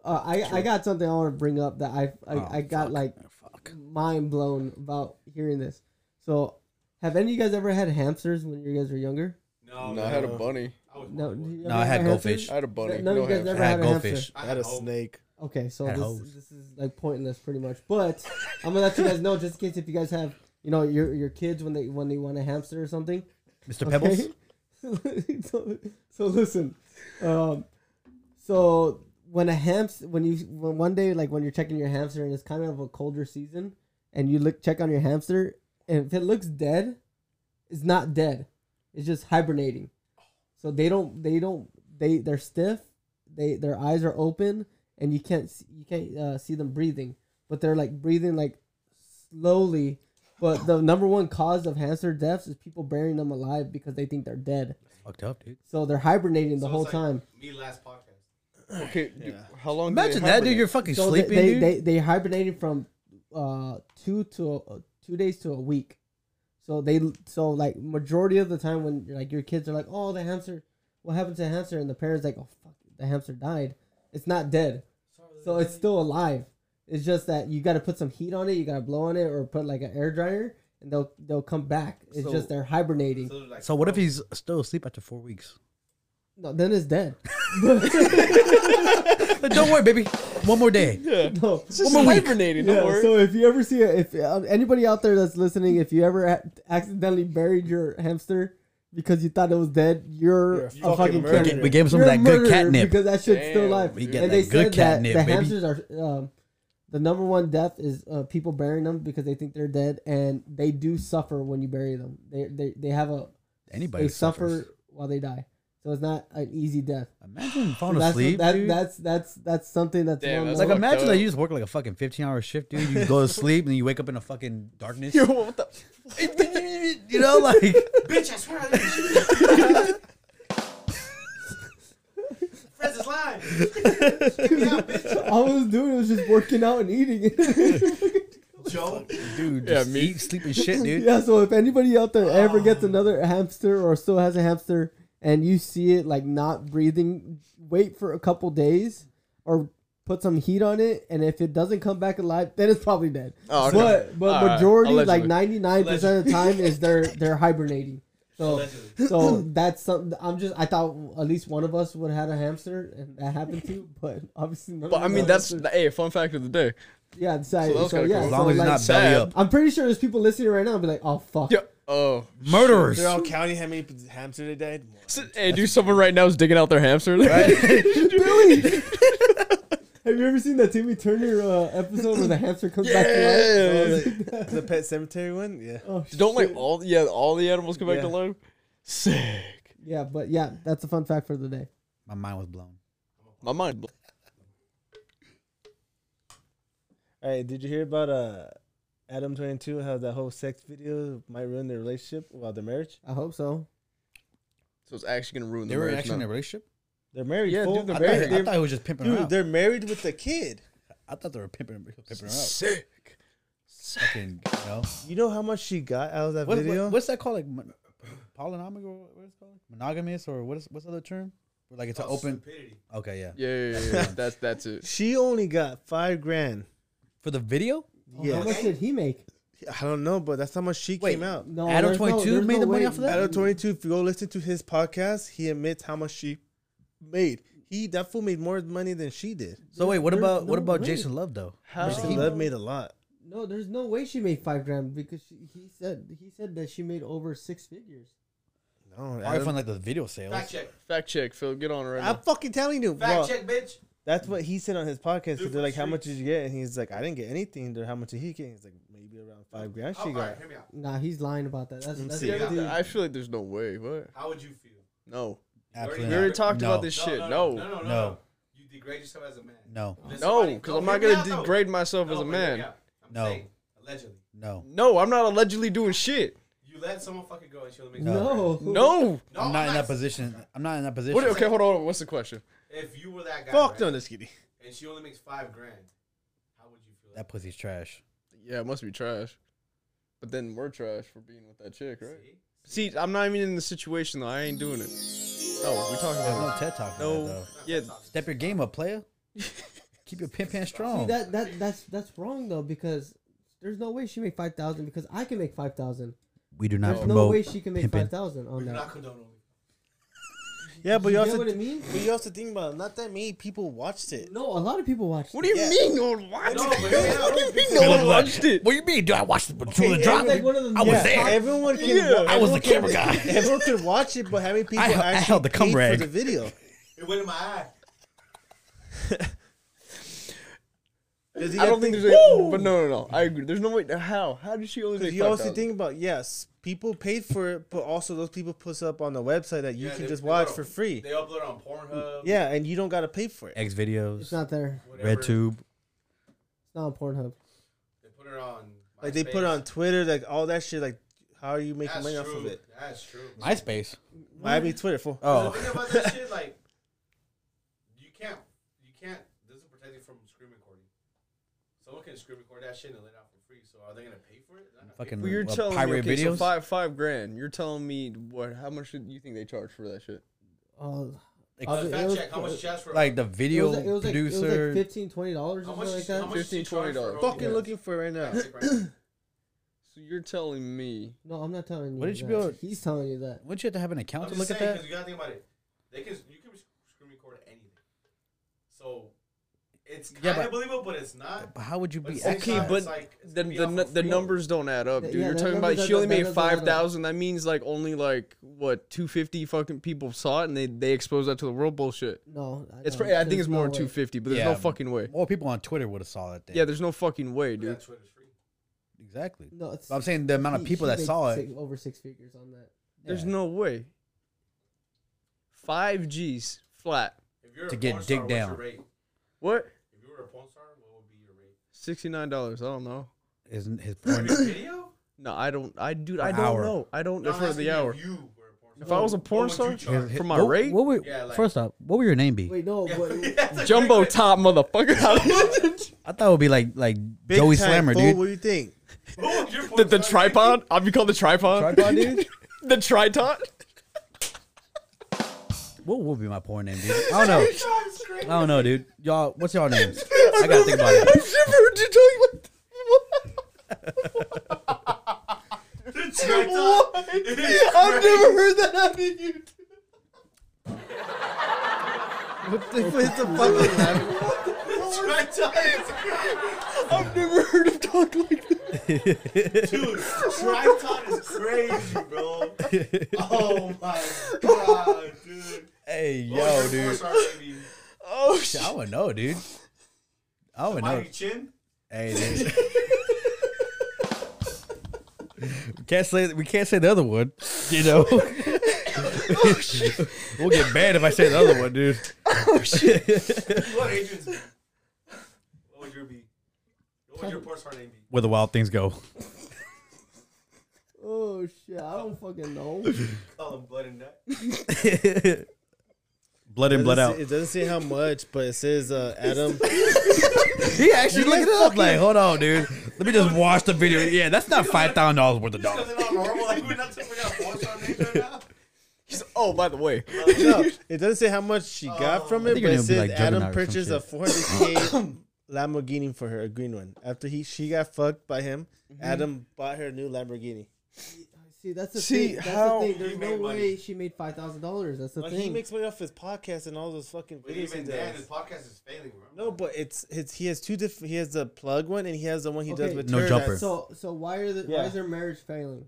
S1: Uh, I I got something I want to bring up that I I,
S3: Oh,
S1: I got
S3: fuck.
S1: like
S3: Fuck.
S1: mind blown about hearing this. So, have any of you guys ever had hamsters when you guys were younger?
S4: Oh, No,
S2: no, I had a bunny.
S4: I was
S1: No,
S4: born
S1: do you
S4: one.
S1: ever
S3: No, I
S1: have
S3: had
S1: a hamster?
S3: goldfish.
S2: I had a bunny.
S1: No, you
S2: No,
S1: guys
S2: ham.
S1: never
S3: I had
S1: had a
S3: goldfish.
S1: hamster.
S4: I
S5: Had a
S4: hope.
S5: snake.
S1: Okay, so
S3: Had
S1: this
S3: hose.
S1: this is like pointless, pretty much. But I'm gonna let you guys know just in case if you guys have you know your your kids when they when they want a hamster or something.
S3: Mr. Pebbles?
S1: Okay? <laughs> so, so listen, um, so when a hamster, when you when one day like when you're checking your hamster and it's kind of a colder season, and you look check on your hamster and if it looks dead, it's not dead, it's just hibernating. So they don't they don't they they're stiff. they their eyes are open and you can't see, you can't uh, see them breathing, but they're like breathing like slowly. But the number one cause of hamster deaths is people burying them alive because they think they're dead.
S3: Fucked up, dude.
S1: So they're hibernating the
S4: So it's
S1: whole
S4: like
S1: time.
S4: Me last podcast.
S2: Okay, dude, how long? do they
S3: Imagine that, dude.
S2: hibernate?
S3: You're fucking
S1: So they
S3: sleeping,
S1: they,
S3: dude.
S1: they they hibernated from uh two to uh, two days to a week. So they so like majority of the time when like your kids are like, oh the hamster, what happened to the hamster? And the parents like, oh fuck, the hamster died. It's not dead, so it's still alive. It's just that you got to put some heat on it. You got to blow on it or put like an air dryer, and they'll they'll come back. It's
S4: So-
S1: just they're hibernating.
S4: So, like,
S3: so what if he's still asleep after four weeks?
S1: no, then it's dead. <laughs>
S3: But don't worry, baby. One more day.
S1: <laughs> No.
S2: It's just hibernating. Don't
S1: Yeah,
S2: worry.
S1: so if you ever see it, if uh, anybody out there that's listening, if you ever ac- accidentally buried your hamster because you thought it was dead, you're,
S5: You're a
S1: a
S5: fucking
S1: fucking,
S5: murderer.
S1: murderer.
S5: We
S3: get- we gave him some of
S1: You're a
S3: that good
S1: murderer
S3: catnip.
S1: because that shit's still
S2: Damn.
S1: alive.
S3: <laughs> We get
S1: and
S3: that
S1: they said that
S3: good catnip,
S1: the
S3: baby.
S1: hamsters are um, the number one death is uh, people burying them because they think they're dead, and they do suffer when you bury them. They they, they have a
S3: Anybody
S1: they
S3: suffers.
S1: suffer while they die, so it's not an easy death. <sighs>
S3: Imagine falling
S1: that's
S3: asleep,
S1: that,
S3: dude.
S1: that's that's that's something that's
S2: Damn,
S1: well
S2: that's
S1: known.
S3: like
S2: fucked
S3: imagine that
S2: up.
S3: you just work like a fucking 15 hour shift, dude. You go to sleep and you wake up in a fucking <laughs> darkness.
S2: Yo, what the?
S3: <laughs> you know, like
S4: bitch, I swear I didn't shoot you.
S5: <laughs>
S4: Friends is lying. Get me out, bitch.
S1: all I was doing was just working out and eating. <laughs>
S4: Joe.
S3: dude,
S2: Yeah,
S3: just
S2: me.
S3: eat, sleep and shit, dude.
S1: Yeah, so if anybody out there ever
S2: <sighs>
S1: gets another hamster or still has a hamster and you see it like not breathing, wait for a couple days or put some heat on it and if it doesn't come back alive, then it's probably dead.
S2: Oh, okay.
S1: But but
S2: All right,
S1: majority like
S2: allegedly.
S1: 99% of the time is they're they're hibernating. So
S4: Allegedly.
S1: so that's something I'm just I thought at least one of us would have had a hamster and that happened to, but obviously none
S2: But
S1: of
S2: I
S1: us
S2: mean,
S1: have
S2: that's
S1: hamsters.
S2: hey, fun fact of the day.
S1: yeah, so,
S2: that was
S1: so,
S2: kinda
S1: yeah,
S2: cool.
S3: As
S1: so,
S3: long as
S1: like,
S3: it's not belly
S2: sad.
S3: up.
S1: I'm pretty sure there's people listening right now and be like, "Oh fuck."
S2: Yeah. Oh.
S3: Murderers.
S5: They're all counting how many hamsters they died.
S2: S- Hey, dude, someone right now is digging out their hamster. <laughs>
S1: Billy. Have you ever seen that Timmy Turner uh, episode where the hamster comes back to life?
S2: Yeah.
S5: <laughs> the pet cemetery one? Yeah.
S1: Oh,
S2: Don't like
S1: shit.
S2: all yeah all the animals come back
S5: Yeah.
S2: to life. Sick.
S1: Yeah, but yeah, that's a fun fact for the day.
S3: My mind was blown.
S2: My mind.
S5: All right. Did you hear about uh, Adam Twenty Two? How that whole sex video might ruin their relationship, well, their marriage.
S1: I hope so.
S2: So it's actually gonna ruin
S3: They
S2: the
S3: were
S2: marriage.
S3: actually in
S2: now.
S3: a relationship.
S5: They're married.
S2: Yeah,
S5: fool.
S2: dude, they're
S3: I
S5: They're-
S3: thought,
S2: married.
S5: they're-
S3: I thought it was just pimping her
S5: dude,
S3: out.
S5: they're married with a kid.
S3: I thought they were pimping, pimping her out.
S2: Sick.
S3: Fucking, you know.
S5: You know how much she got out of that
S3: What- what-
S5: video?
S3: what's that called? Like mon- polynomial or what is it called? Monogamous or what is what's the other term? Where, Like it's
S2: Oh,
S3: an open.
S4: Stupidity.
S3: Okay, yeah.
S2: Yeah, yeah, yeah,
S3: <laughs>
S2: yeah. that's that's it.
S5: She only got five grand.
S3: For the video,
S1: Oh,
S5: Yes.
S1: How much did he make?
S5: I don't know, but that's how much she
S3: Wait.
S5: came out.
S1: No,
S3: Adam
S1: there's no-
S3: 22
S1: there's
S3: made
S1: no
S3: the money
S1: way-
S3: off of that?
S5: Out of 22, if you go listen to his podcast, he admits how much she made. He that fool made more money than she did.
S3: So wait, what
S1: there's
S3: about what
S1: no
S3: about
S1: way.
S3: Jason Love though?
S2: How?
S3: Where's
S5: Jason
S3: he-
S5: Love made a lot.
S1: No, there's no way she made five grand because she, he said he said that she made over six figures.
S5: No,
S3: Probably
S5: Adam-
S3: from like the video sales.
S4: Fact check.
S2: Fact check, Phil. Get on it right
S5: I'm
S2: now.
S5: fucking telling you.
S4: Fact
S5: well,
S4: check, bitch.
S5: That's what he said on his podcast.
S4: Dude,
S5: Because they're like, "How
S4: streets.
S5: much did you get?" And he's like, "I didn't get anything." They're, "How much did he get?" And he's like, "Maybe around five grand."
S4: Oh,
S5: She
S4: all
S5: got.
S4: right, hear me out.
S1: Nah, he's lying about that. That's,
S5: Let me
S1: that's
S5: see.
S1: the
S4: Yeah.
S1: dude.
S2: I feel like there's no way. What?
S4: How would you feel?
S2: No.
S3: Absolutely.
S2: We already
S3: not.
S2: talked
S3: No.
S2: about this shit. No.
S4: No, no, no,
S3: No.
S4: no. You degrade yourself as a man.
S3: No,
S4: Listen,
S2: No,
S4: buddy,
S2: because
S4: no,
S2: I'm not
S4: hear me
S2: gonna
S4: out, though.
S2: degrade myself as
S4: No,
S2: a
S4: but hear me
S2: man.
S4: out. I'm
S3: No.
S4: saying, allegedly.
S3: no.
S2: No, I'm not allegedly doing shit.
S4: You let someone fucking go and she'll make
S1: No.
S2: No.
S4: No,
S3: I'm not in that
S4: s-
S3: position. I'm not in that position.
S2: What, okay, hold on. What's the question?
S4: If you were that guy,
S5: Fuck
S4: right,
S5: no, this kitty.
S4: and she only makes five grand, how would you feel?
S3: That pussy's trash.
S2: Yeah, it must be trash. But then we're trash for being with that chick, right?
S4: See?
S2: See, I'm not even in the situation though. I ain't doing it. No, Oh, we talking
S3: There's
S2: about
S3: no TED talk. for
S2: <laughs> no.
S3: that, though.
S2: Yeah,
S3: Step your game up,
S2: <laughs>
S3: player. Keep your pimp hand strong.
S1: that that that's that's wrong though because there's no way she made five thousand because I can make five thousand.
S3: we do not
S1: There's no
S3: promote
S1: way she can make
S3: pimping.
S1: five thousand on
S4: We do
S1: that.
S4: not condone it.
S5: Yeah, but you,
S1: you get
S5: also,
S1: what it means?
S5: but you also think about it. Not that many people watched it.
S1: No, a lot of people watch.
S2: What do you
S5: Yeah.
S2: mean no one watched
S4: No,
S2: it?
S4: but yeah,
S2: What do you mean no
S4: because-
S2: one watched it?
S3: What do you mean? Do I watch the True
S5: it
S3: Drop?
S5: was like
S1: one of the-
S3: I was
S1: Yeah.
S3: there.
S5: Everyone can.
S2: Yeah.
S5: wa-
S1: <laughs>
S3: I was the
S5: everyone
S3: camera
S5: can-
S3: guy.
S5: Everyone could watch it, but how many people
S3: I held- I
S5: actually
S3: held the cum
S5: paid
S3: rag.
S5: for the video?
S4: It went in my eye.
S5: Does he
S2: I
S5: have
S2: don't think
S5: to-
S2: there's a, but no, no, no. I agree. There's no way. How? How did she only
S5: Because
S2: make
S5: you
S2: five
S5: also
S2: thousand?
S5: think about yes, people paid for it, but also those people put up on the website that you
S4: Yeah,
S5: can
S4: they-
S5: just
S4: they
S5: watch
S4: upload-
S5: for free.
S4: They upload on Pornhub.
S5: Yeah, and you don't gotta pay for it.
S3: <laughs> X videos,
S1: It's not there.
S4: whatever.
S3: RedTube.
S1: It's not on Pornhub.
S4: They put it on.
S5: Like they put it
S4: MySpace.
S5: on Twitter, like all that shit. Like, how are you making
S4: That's
S5: money
S4: true.
S5: off of it?
S4: That's true.
S3: MySpace.
S5: Why I mean Twitter for?
S3: Oh,
S4: The thing about that shit, like, you can't, you can't. This is protect you from screen recording. Someone can screen record that shit and let it out for free. So are they gonna pay for it? They're not
S3: Fucking
S4: paying
S2: Well,
S5: Mm,
S2: you're
S3: uh,
S2: telling me
S3: pirate
S2: okay, so
S3: videos.
S2: five five grand. You're telling me what? How much do you think they charge for that shit?
S1: Oh,
S3: Like,
S4: for it. Uh,
S1: It
S4: fact
S1: was-
S4: check. How much you charge for?
S3: like the
S1: it
S3: video
S1: was, like- it was like, it was like
S3: producer.
S1: fifteen, twenty dollars
S4: how
S1: or
S4: much?
S1: something like
S4: how
S1: that.
S4: much she
S2: 15,
S4: charge for
S2: $20.
S4: her
S5: Fucking
S4: own-
S5: looking for it right now.
S4: Fact check right now.
S2: <laughs> So you're telling me
S1: No, I'm not telling you.
S3: What did you
S1: that.
S3: build?
S1: He's telling you that.
S3: Wouldn't you have to have an
S4: I'm
S3: account to
S4: just
S3: look at
S4: saying,
S3: that?
S4: 'cause you gotta think about it. They can you can screen record anything. So it's kind
S3: Yeah,
S4: of
S3: but-
S4: believable, but it's not.
S3: But how would you
S4: But
S3: be?
S4: it's
S2: okay,
S4: not-
S3: accurate?
S2: but
S4: it's like, it's
S2: the
S4: gonna be
S2: the,
S4: off
S2: nu-
S4: for
S2: the
S4: free.
S2: numbers don't add up, dude.
S1: Yeah,
S2: you're
S1: the
S2: talking about
S1: numbers
S2: she
S1: don't-
S2: only
S1: that
S2: made
S1: doesn't add up.
S2: five thousand. That means like only like what two fifty fucking people saw it and they they exposed that to the world bullshit.
S1: No,
S2: It's
S1: no,
S2: probably, I think
S1: there's
S2: it's more
S1: no
S2: than two
S1: way.
S2: fifty, but there's no
S3: Yeah.
S2: fucking way.
S3: more people on Twitter would have saw that thing.
S2: Yeah, there's no fucking way,
S4: But
S2: dude.
S4: that Twitter's free.
S3: exactly.
S1: No, it's
S3: But I'm saying the amount of
S1: she-
S3: people
S1: she
S3: that
S1: made
S3: saw it.
S1: six- over six figures on that.
S2: There's
S3: Yeah.
S2: no way. Five G's flat.
S4: If you're
S3: To
S4: a
S3: get
S4: porn
S3: dick
S4: star, what's your
S3: down.
S4: rate?
S2: What?
S4: If you were a porn star, what would be your rate?
S3: <coughs>
S2: Sixty nine dollars. I don't know.
S1: <laughs>
S3: Isn't his
S4: For
S3: porn?
S4: your video?
S2: No, I don't. I dude, I
S3: Per
S2: don't
S3: hour.
S2: know. I don't
S4: No,
S2: know
S4: I'm
S2: for
S4: asking
S2: the hour.
S4: If, you were a porn
S2: If
S4: star,
S2: I was a
S4: what
S2: porn
S4: would you
S2: star-
S4: charge?
S3: his-
S2: For my
S3: what-
S2: rate?
S3: What would,
S4: Yeah, like-
S3: first off, what would your name be?
S1: Wait, no, but
S4: Yeah, <laughs> that's a
S2: Jumbo
S4: great question.
S2: top motherfucker.
S3: I thought it would be like like Joey
S5: time,
S3: Slammer,
S5: fool,
S3: dude.
S5: What do you think?
S4: What would <laughs> your porn
S2: the, the
S4: star rate be?
S2: tripod? I'll be called the tripod.
S3: Tripod, dude.
S2: the tritod?
S3: What would be my porn name, dude? I don't know.
S4: That's great.
S3: I don't know, dude. Y'all, what's y'all names? I gotta think about it.
S2: I've never heard you tell you what.
S4: The
S2: <laughs>
S4: tripod. It is
S2: I've never heard that out of you.
S5: It's a fucking laugh.
S4: great.
S2: I've never heard of talk like that.
S4: Dude, tripod is crazy,
S2: <laughs>
S4: bro. Oh my god, dude.
S3: Hey,
S4: What
S3: yo,
S4: would your porn
S3: dude.
S4: star rate be?
S2: Oh, shit.
S3: I would know, dude. I would know.
S4: Mighty Chin?
S3: Hey, dude. we can't say we can't say the other one. You know. we'll get banned if I say the other one, dude.
S4: What agents be? What would your be? What would your porn star name be?
S3: Where the wild things go.
S1: Oh shit, I don't fucking
S4: <laughs>
S1: know.
S4: Call him Blood and Nut. <laughs>
S3: blood in, <laughs> blood out.
S5: It doesn't say how much, but it says uh,
S4: <laughs>
S5: Adam.
S3: He actually looked it up. Like, hold on, dude. Let me just watch the video. Yeah, that's not five thousand dollars worth of
S4: Because
S3: dollars.
S4: they're not normal. Like, we're not talking about porn star names right now.
S2: He's- oh, by the way.
S5: no, it doesn't say how much she got from
S3: Oh. I
S5: it,
S3: think her name
S5: but it
S3: would be,
S5: says
S3: like, Juggernaut
S5: Adam
S3: or some
S5: purchased a
S3: shit.
S5: 400k
S4: <coughs>
S5: Lamborghini for her, a green one. After he she got fucked by him,
S4: Mm-hmm.
S5: Adam bought her a new Lamborghini.
S1: See, that's the
S2: See
S1: thing. That's
S2: how
S1: the thing.
S4: he
S1: There's no
S4: made money.
S1: way she made five thousand dollars. That's the
S5: Like he
S1: thing.
S5: makes money off his podcast and all those fucking
S4: But
S5: videos he
S4: even then, his
S5: does.
S4: podcast is failing, bro.
S5: No, but it's it's he has two different. He has the plug one and he has the one he does
S1: Okay.
S5: with
S3: No
S5: her
S3: jumper.
S5: that's-
S1: so, so why are the, why
S5: Yeah.
S1: is their marriage failing?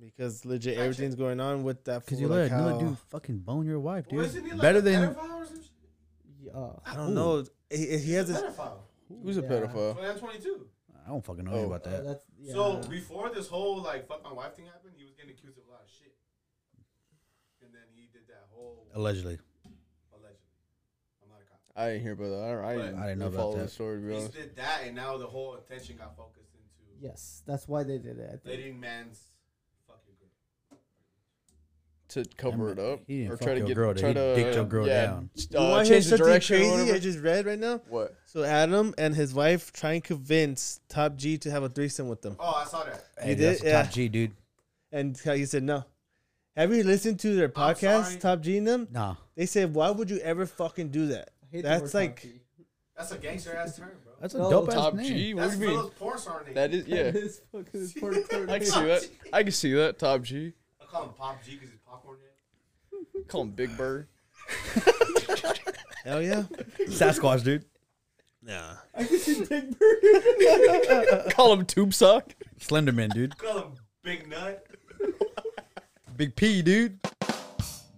S5: because legit everything's going on with that.
S3: Because you
S5: fool, like
S3: let another
S5: how-
S3: dude fucking bone your wife, dude.
S4: Wasn't he like
S3: Better
S4: a
S3: than
S4: pedophile or some shit?
S1: Uh,
S5: I don't know. He, he has
S4: <laughs>
S5: this.
S4: Pedophile.
S2: Who's a
S1: Yeah.
S2: pedophile?
S4: When I'm 22.
S3: I don't fucking know
S2: Oh,
S3: about that.
S1: that's yeah.
S4: So before this whole like fuck my wife thing happened, he was getting accused of a lot of shit. And then he did that whole
S3: Allegedly,
S4: allegedly. I'm not a cop.
S2: I didn't hear about that. I, don't- I,
S4: But-
S2: didn't,
S3: I didn't know about
S2: follow
S3: that.
S2: the story, to be
S4: He
S2: honest.
S4: did that, and now the whole attention got focused into
S1: yes, that's why they did it. I think.
S4: letting man's fucking girl.
S2: To cover it up.
S3: He didn't
S2: or
S3: fuck
S2: try to
S3: your
S2: get
S3: girl, dude.
S2: try
S3: He
S2: to,
S3: dicked your girl
S2: yeah,
S3: down.
S5: You
S2: Uh,
S5: wanna hear
S2: change the
S5: something
S2: direction. or
S5: Crazy. I
S2: whatever.
S5: just read right now.
S2: What?
S5: So Adam and his wife try and convince Top G to have a threesome with them,
S4: Oh, I saw that.
S3: Hey,
S5: did?
S3: that's
S5: Yeah.
S3: top G, dude.
S5: and he said no. Have you listened to their
S4: sorry.
S5: podcast, Top G and them?
S3: Nah,
S5: They said, "Why would you ever fucking do that?"
S1: I hate the
S5: That's
S1: word
S5: like
S1: cocky. <laughs>
S4: That's a gangster ass term, bro.
S3: that's a
S1: No,
S3: dope ass
S2: Top
S3: name.
S2: G? What
S4: That's
S2: do you mean?
S4: Philip's porn star name.
S2: That is, yeah. <laughs>
S1: This fucking <laughs> is part of
S2: I
S1: the-
S2: can see that. I can see that. Top G.
S4: I call him Pop G because he's popcorn head.
S2: Call him Big Bird.
S5: hell yeah.
S3: <laughs> Sasquatch, dude.
S5: Nah.
S1: I can see Big Bird.
S2: Call him Tube Sock.
S3: Slenderman, dude.
S4: Call him Big Nut.
S3: Big P, dude.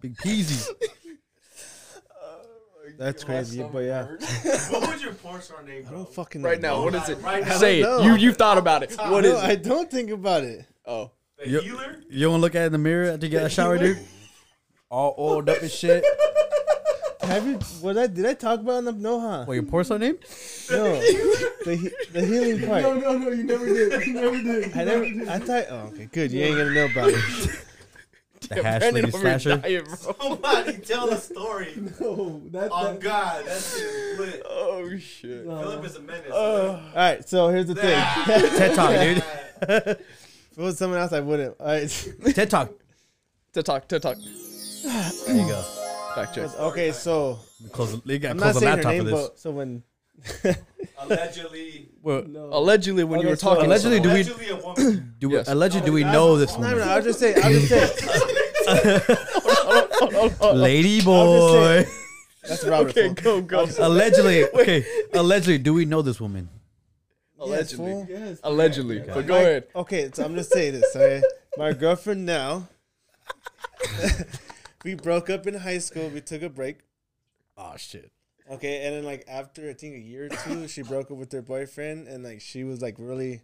S3: Big Peasy.
S5: That's crazy, but yeah.
S4: what would your porn star name?
S5: I
S4: Bro?
S5: don't fucking
S2: Right
S5: know.
S2: now, what is it?
S4: Right now.
S2: Say
S5: I
S2: it.
S5: don't
S2: You
S5: know.
S2: <laughs> you thought about it. What
S5: no,
S2: is
S5: I
S2: it?
S5: don't think about it.
S2: Oh,
S4: The
S3: Yep.
S4: healer?
S3: You don't look at it in the mirror after you get a shower, dude. All oiled up and shit.
S5: Have you? Was I? Did I talk about it on the no? Huh?
S3: What your porcelain name?
S1: <laughs>
S5: No. the, he- the healing part.
S1: No, no, no, you never did. You never did.
S5: I never. I thought. Oh, okay, good. You ain't gonna know
S2: <laughs>
S5: about it.
S3: The hash lady slasher.
S4: Somebody tell the story.
S1: No, that,
S4: Oh
S1: that,
S4: God, that's just lit.
S2: Oh shit.
S4: Philip is a menace.
S5: All right. So here's the thing.
S3: TED Talk, dude.
S4: Ah,
S5: If it was someone else, I wouldn't. All right.
S3: TED Talk.
S2: To talk, to talk.
S3: There you go.
S2: Fact check.
S5: <laughs> Okay. So
S3: Close. You gotta
S5: I'm
S3: close
S5: not
S3: the
S5: saying her
S3: laptop for
S5: name,
S3: this.
S5: but so when
S4: allegedly,
S3: Well,
S1: no.
S2: Allegedly, when you
S5: Okay,
S2: were
S5: so
S2: talking,
S3: allegedly, do we
S4: allegedly a woman.
S3: do?
S2: Yes.
S3: Allegedly, do we know this
S5: no, no, no,
S3: woman?
S5: I'll just say. I'll just say.
S3: Lady
S5: I'll
S3: boy. <laughs>
S5: That's Robert.
S2: <laughs> okay,
S5: <laughs> Okay,
S2: go go.
S3: Allegedly, okay. Allegedly, do we know this woman?
S2: Allegedly.
S5: fool.
S1: Yes.
S2: Allegedly, but go
S5: My-
S2: ahead.
S5: Okay, so I'm gonna say this. All right? My girlfriend now. <laughs> we broke up in high school. We took a break.
S3: Oh shit.
S5: Okay, and then like after I think a year
S3: <laughs>
S5: or two, she broke up with her boyfriend, and like she was like really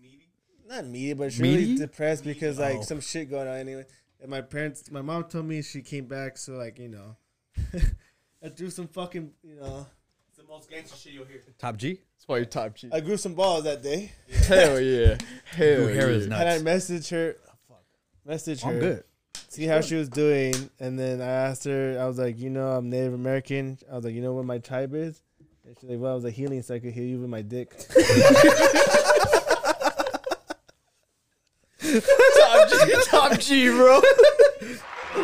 S4: Needy?
S5: not meaty, but she
S3: Meaty?
S5: really depressed because like
S3: Oh.
S5: some shit going on anyway. And my parents, my mom told me she came back, so like you know, <laughs> I threw some fucking you know,
S4: It's the most gangster shit you'll hear.
S3: Top G.
S2: That's why you're top cheat.
S5: I grew some balls that day,
S2: Hell yeah. Hell
S3: Your hair is
S2: yeah.
S5: and I
S3: nuts.
S5: messaged her, messaged her,
S3: I'm good.
S5: see how she was doing, and then I asked her, I was like, you know, I'm Native American. I was like, you know what my tribe is? And she's like, well, I was a healing, so I could heal you with my dick.
S2: top G, top G, bro.
S3: <laughs>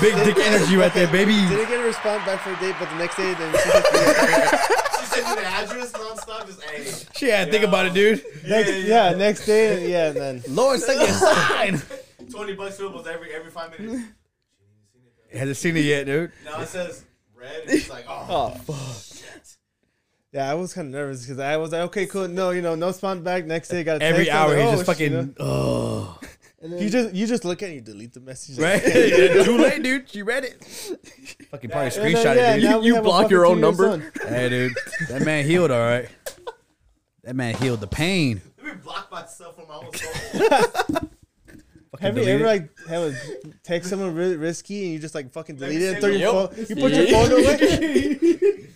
S3: Big dick energy right there, baby.
S5: Didn't get a response back for a date, but the next day, then she just
S4: She sent me the address nonstop. Just hey.
S3: She had to think about it, dude.
S5: next, yeah, next day, yeah, and then
S3: Lord, second sign.
S4: Twenty bucks Philip every every five minutes.
S3: <laughs> Hasn't seen it yet, dude.
S4: Now it says red. And it's like oh, shit.
S5: yeah, I was kind of nervous because I was like, okay, cool, no, you know, no response back. Next day, got a
S3: Every
S5: text, I was
S3: hour,
S5: like,
S3: he's
S5: oh,
S3: just
S5: shit,
S3: fucking, oh,
S1: And then,
S5: You, know? You just you just look at it, you delete the message, <laughs>
S3: right? Yeah, Too late, dude. She read it. Fucking probably
S5: And then,
S3: screenshot
S5: yeah,
S3: it, dude.
S5: now we
S2: You
S5: have a
S2: block
S5: fucking
S2: your own
S5: two-year-old
S2: number?
S5: son.
S3: Hey, dude. That man healed, all right. That man healed the pain.
S4: Let me block myself from my own phone.
S3: Fucking
S5: Have you
S3: deleted.
S5: ever like have a, text someone really risky and you just like fucking delete it and throw
S4: send
S5: your
S2: it.
S5: phone? You put your
S2: Yeah.
S5: phone away.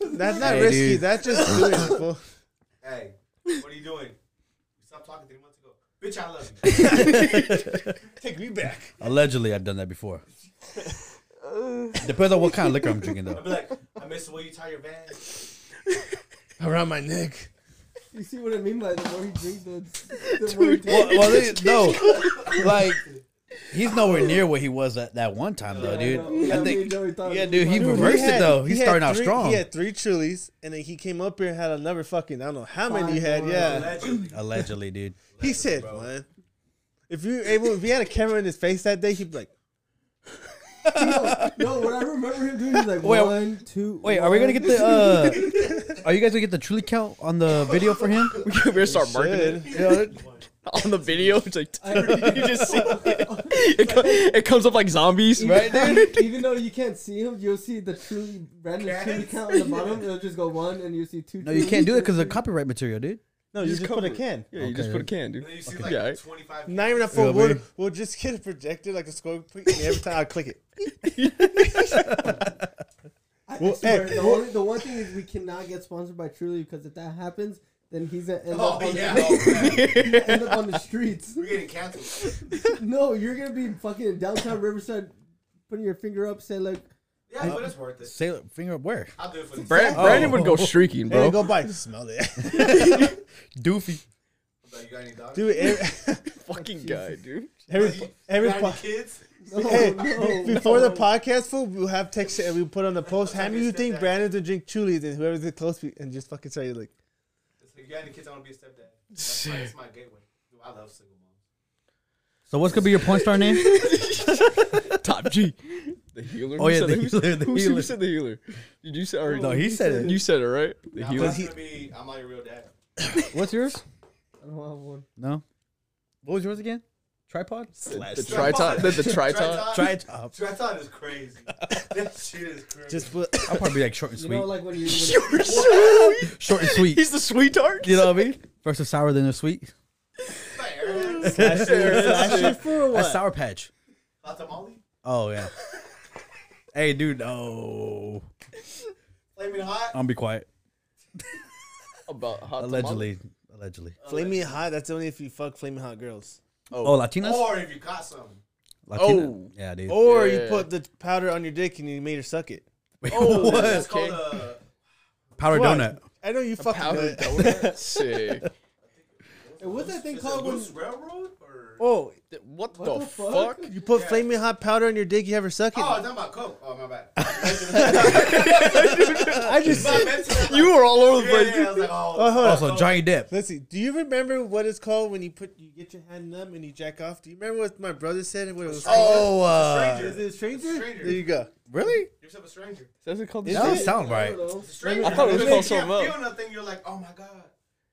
S5: That's not
S3: Hey,
S5: risky.
S3: dude.
S5: That's just doing it. fool.
S4: Hey, what are you doing? You stopped talking three months ago. Bitch, I love you.
S5: Take me back.
S3: Allegedly, I've done that before. Depends on what kind of liquor I'm drinking,
S4: I'd
S3: though.
S4: be like, I miss the way you tie your bands.
S5: Around my neck.
S1: you see what I mean by the more he drinks,
S3: <laughs>
S1: the, the more he
S3: Well,
S1: takes.
S3: well they- no, like he's nowhere near where he was at that one time, though, dude. I think, yeah, dude, he reversed it though. He's
S5: had
S3: starting out
S5: three-
S3: strong.
S5: He had three chilies, and then he came up here and had another fucking I don't know how many he
S1: Five
S5: had.
S1: more.
S5: Yeah,
S4: Allegedly.
S3: Allegedly, dude.
S5: he said one. If you were able, if he had a camera in his face that day, he'd be like,
S1: No, what I remember him doing is like
S3: Wait,
S1: one, two.
S3: Wait, are we gonna
S1: <laughs>
S3: get
S1: one.
S3: the? uh Are you guys gonna get the truly count on the video for <laughs> him?
S2: <laughs> We better start marketing it.
S5: "Good."
S2: <laughs> on the video. It's like <laughs> you just see it, co- it comes up like zombies, <laughs> right?
S1: Even though you can't see him, you'll see the truly random truly count on the bottom. It'll just go one, and you'll see two.
S3: No, you can't do it because of copyright material, dude.
S5: No, you just, put a
S2: cover it.
S5: can.
S2: Yeah, you just
S3: Okay.
S2: put a can,
S4: And then you
S2: dude.
S4: see
S2: Okay.
S4: like
S2: Yeah, right.
S4: 25.
S5: Not even a full
S3: Yeah,
S5: word.
S3: baby.
S5: We'll just get it projected like a score. And every time I click
S3: <laughs>
S5: it,
S1: I, I
S5: Well,
S1: swear,
S5: hey,
S1: the,
S5: well-
S1: only, the one thing is we cannot get sponsored by Truly because if that happens, then he's gonna end,
S4: <laughs> Oh,
S1: up, on
S4: yeah.
S1: the,
S4: Oh, man.
S1: end up on the streets. <laughs>
S4: We're getting canceled.
S1: No, you're gonna be fucking in downtown Riverside, putting your finger up, saying like,
S4: Yeah, but it's worth it.
S3: Say finger up where?
S4: I'll do it for the
S2: Brand-
S3: Oh.
S2: Brandon would go streaking,
S5: and
S2: bro.
S5: go by. Smell it, <laughs>
S3: Doofy.
S4: Like, you got any dogs?
S5: dude. Every
S2: Fucking guy, dude.
S5: every,
S4: You
S5: every
S4: got any
S5: po-
S4: kids?
S1: "No,
S5: Hey,
S1: no,
S5: <laughs> before
S1: no.
S5: the podcast, fool, we'll have text and we put on the post. How many you think Brandon to drink Chulies and whoever's the close pe- and just fucking say like,
S4: It's like, you got any kids? I want to be a stepdad. That's my, that's my gateway. Dude, I love single moms.
S3: So what's gonna be your porn star name?
S2: Top G. The healer.
S3: Oh,
S2: Who
S3: yeah,
S2: said
S3: the
S2: it? Who's-
S3: healer, the
S2: who's- Who
S3: healer.
S2: said the healer? Did you say? Or
S3: No, he said it.
S2: You said it, right? The
S4: I'm
S2: healer.
S4: not going to be, I'm not your real dad.
S3: What's yours?
S1: I don't have one.
S3: No. What was yours again? <laughs> Tripod.
S2: The tritop. The, the <laughs> tritop.
S3: Tripod.
S4: Triton
S5: <laughs>
S4: is crazy. that shit is crazy.
S5: just put.
S3: I'll probably be like short and
S1: You
S3: sweet.
S1: know, like when
S3: <laughs>
S1: you. When
S2: You were so-
S3: short and sweet. <laughs>
S2: He's the sweetheart.
S3: You know what I mean? First a sour, then a sweet.
S4: fair.
S2: Doritos.
S5: <laughs> Slash it, slash it for
S3: <laughs> That's
S5: what?
S3: Sour Patch.
S4: Hot tamale?
S3: Oh yeah. <laughs> hey, dude. No.
S4: Flaming hot?
S3: I'm be quiet.
S2: About hot tamale.
S3: Allegedly. Allegedly.
S5: Flaming hot. That's only if you fuck flaming hot girls.
S3: Oh, Latinas.
S4: Or if you caught some.
S3: Latina.
S2: Oh.
S3: Yeah, dude.
S5: Or
S2: Yeah.
S5: you put the powder on your dick and you made her suck it.
S3: Wait,
S2: Oh,
S3: what?
S4: That's
S2: Okay.
S4: called a.
S3: Powder
S5: What?
S3: donut.
S5: I know you fucking know
S2: Powdered
S5: it.
S2: donut. Sick.
S1: what's that thing
S4: is
S1: called
S4: it
S1: when
S4: Moose Railroad? Or... Oh,
S5: Oh,
S2: What,
S1: What
S2: the,
S1: the
S2: fuck?
S1: fuck?
S2: <laughs>
S5: you put
S4: Yeah.
S5: flaming hot powder on your dick. You have her suck it.
S4: I'm talking about Coke. Oh, my bad. I just said.
S2: You were all over the
S4: Yeah,
S2: place.
S4: yeah, I was like, oh.
S5: Oh, hold on.
S3: Also, Johnny Depp.
S5: Let's see. Do you remember what it's called when you put you get your hand numb and you jack off? Do you remember what my brother said? and What it was? called?
S3: Oh, uh,
S4: stranger.
S5: is it a stranger?
S4: Stranger.
S5: There you go.
S3: really?
S4: Yourself a stranger.
S2: That's it called.
S3: That doesn't sound right.
S4: It's a stranger.
S2: I thought it was
S4: You
S2: called
S4: can't
S2: something
S4: feel nothing. You're like, oh my god.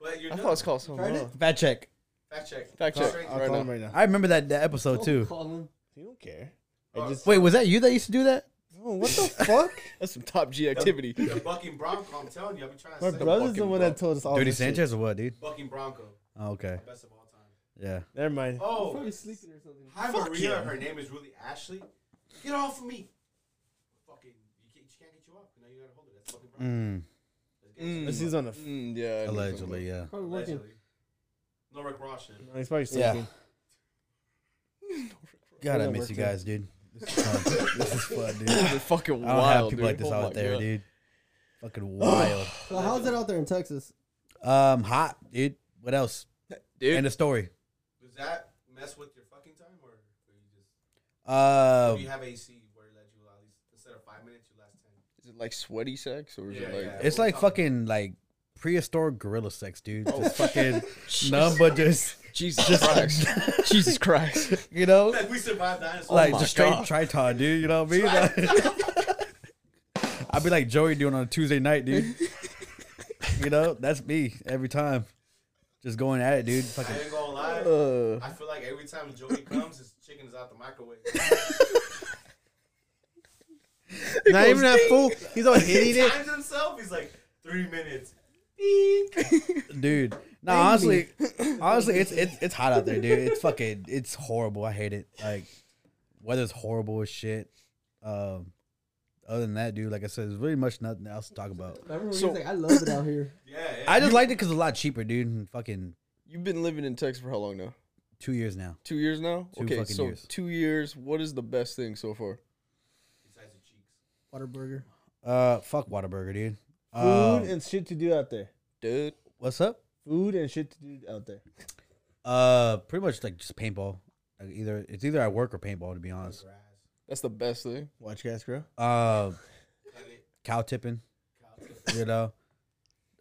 S4: But you're
S2: I
S4: done.
S2: thought it was called something.
S1: Tried
S2: else.
S1: it?
S3: Fat check.
S4: Fact check.
S2: Fact
S4: Call
S2: check.
S4: stranger.
S5: I'll
S2: Right
S5: call
S2: now.
S5: him right now.
S3: I remember that, that episode too.
S1: Oh,
S5: You don't care.
S4: Oh,
S5: I just.
S3: Wait, was that you that used to do that?
S5: Oh, what the <laughs> fuck?
S2: That's some top G activity.
S4: The Bucking Bronco. I'm telling you, I've been trying to
S5: My
S4: say
S5: brother's the
S2: fucking
S5: one that told us all
S3: Dirty
S5: this shit.
S3: Sanchez or what, dude?
S4: Bucking Bronco,
S3: Oh, okay.
S4: best of all time.
S3: Yeah.
S5: Never mind.
S4: Oh,
S1: sleeping or something.
S4: hi Maria. Her name is really Ashley. Get off of me. Fucking, you can't, she can't get you off. Now you gotta hold it. That's Bucking Bronco.
S3: Mm,
S2: Mm.
S5: This is on the. F-
S2: Mm, yeah. I knew
S3: allegedly, yeah.
S1: Probably Oh, working.
S4: Allegedly. No Rick Ross shit.
S5: no, he's probably
S3: Yeah.
S5: sleeping.
S3: God, I
S5: That
S3: miss
S5: worked
S3: you
S5: out.
S3: guys, dude. This is fun. <laughs> this is fun, dude.
S2: something. They're fucking
S3: I
S2: wild.
S3: don't have people
S2: dude.
S3: like this
S2: Oh my
S3: out there,
S2: God.
S3: dude. Fucking wild.
S1: So how's it out there in Texas?
S3: um, hot, dude. What else?
S2: Dude,
S3: End of story.
S4: Does that mess with your fucking time, or do you just
S3: Uh,
S4: do you have AC where it lets you at least instead of five minutes, you last ten?
S2: is it like sweaty sex or is
S4: Yeah,
S2: it like?
S4: yeah.
S3: it's
S4: we're
S3: like
S4: talking-
S3: fucking like prehistoric gorilla sex, dude. Just fucking none but just
S2: Jesus
S3: <laughs>
S2: Christ. Jesus Christ.
S3: you know,
S4: <laughs> Like we survived dinosaurs.
S3: like
S2: my
S3: just straight
S2: God.
S3: triton, dude. You know what I mean? Like- <laughs> I'd be like Joey doing on a Tuesday night, dude. you know, that's me every time. Just going at it, dude. Fucking
S4: I ain't gonna lie.
S2: <laughs> Uh,
S4: I feel like every time Joey comes, his chicken is out the microwave.
S5: Not even that fool. He's all
S4: he
S5: hitting it.
S4: times himself. He's like three minutes.
S3: dude. No, honestly, <coughs> honestly, it's it's it's hot out there, dude. It's fucking, it's horrible. I hate it. Like, weather's horrible as shit. Um, other than that, dude, like I said, there's really much nothing else to talk about.
S1: Remember when
S2: So-
S1: so, was like, I love it out
S4: <laughs>
S1: here.
S4: Yeah, yeah.
S3: I just liked it because it's a lot cheaper, dude. And fucking
S2: you've been living in Texas for how long now?
S3: two years now.
S2: Two years now.
S3: Two
S2: okay,
S3: fucking
S2: so
S3: years.
S2: two years. What is the best thing so far?
S4: Besides the cheeks.
S1: Waterburger.
S3: Uh, fuck Whataburger, dude. Um,
S5: Food and shit to do out there.
S2: Dude,
S3: what's up?
S5: Food and shit to do out there.
S3: Uh, pretty much like just paintball. Like either it's either at work or paintball, to be honest.
S4: Grass.
S2: that's the best thing.
S5: Watch guys grow.
S3: Uh,
S4: Cut it.
S3: cow tipping,
S4: Cow. There
S3: you know.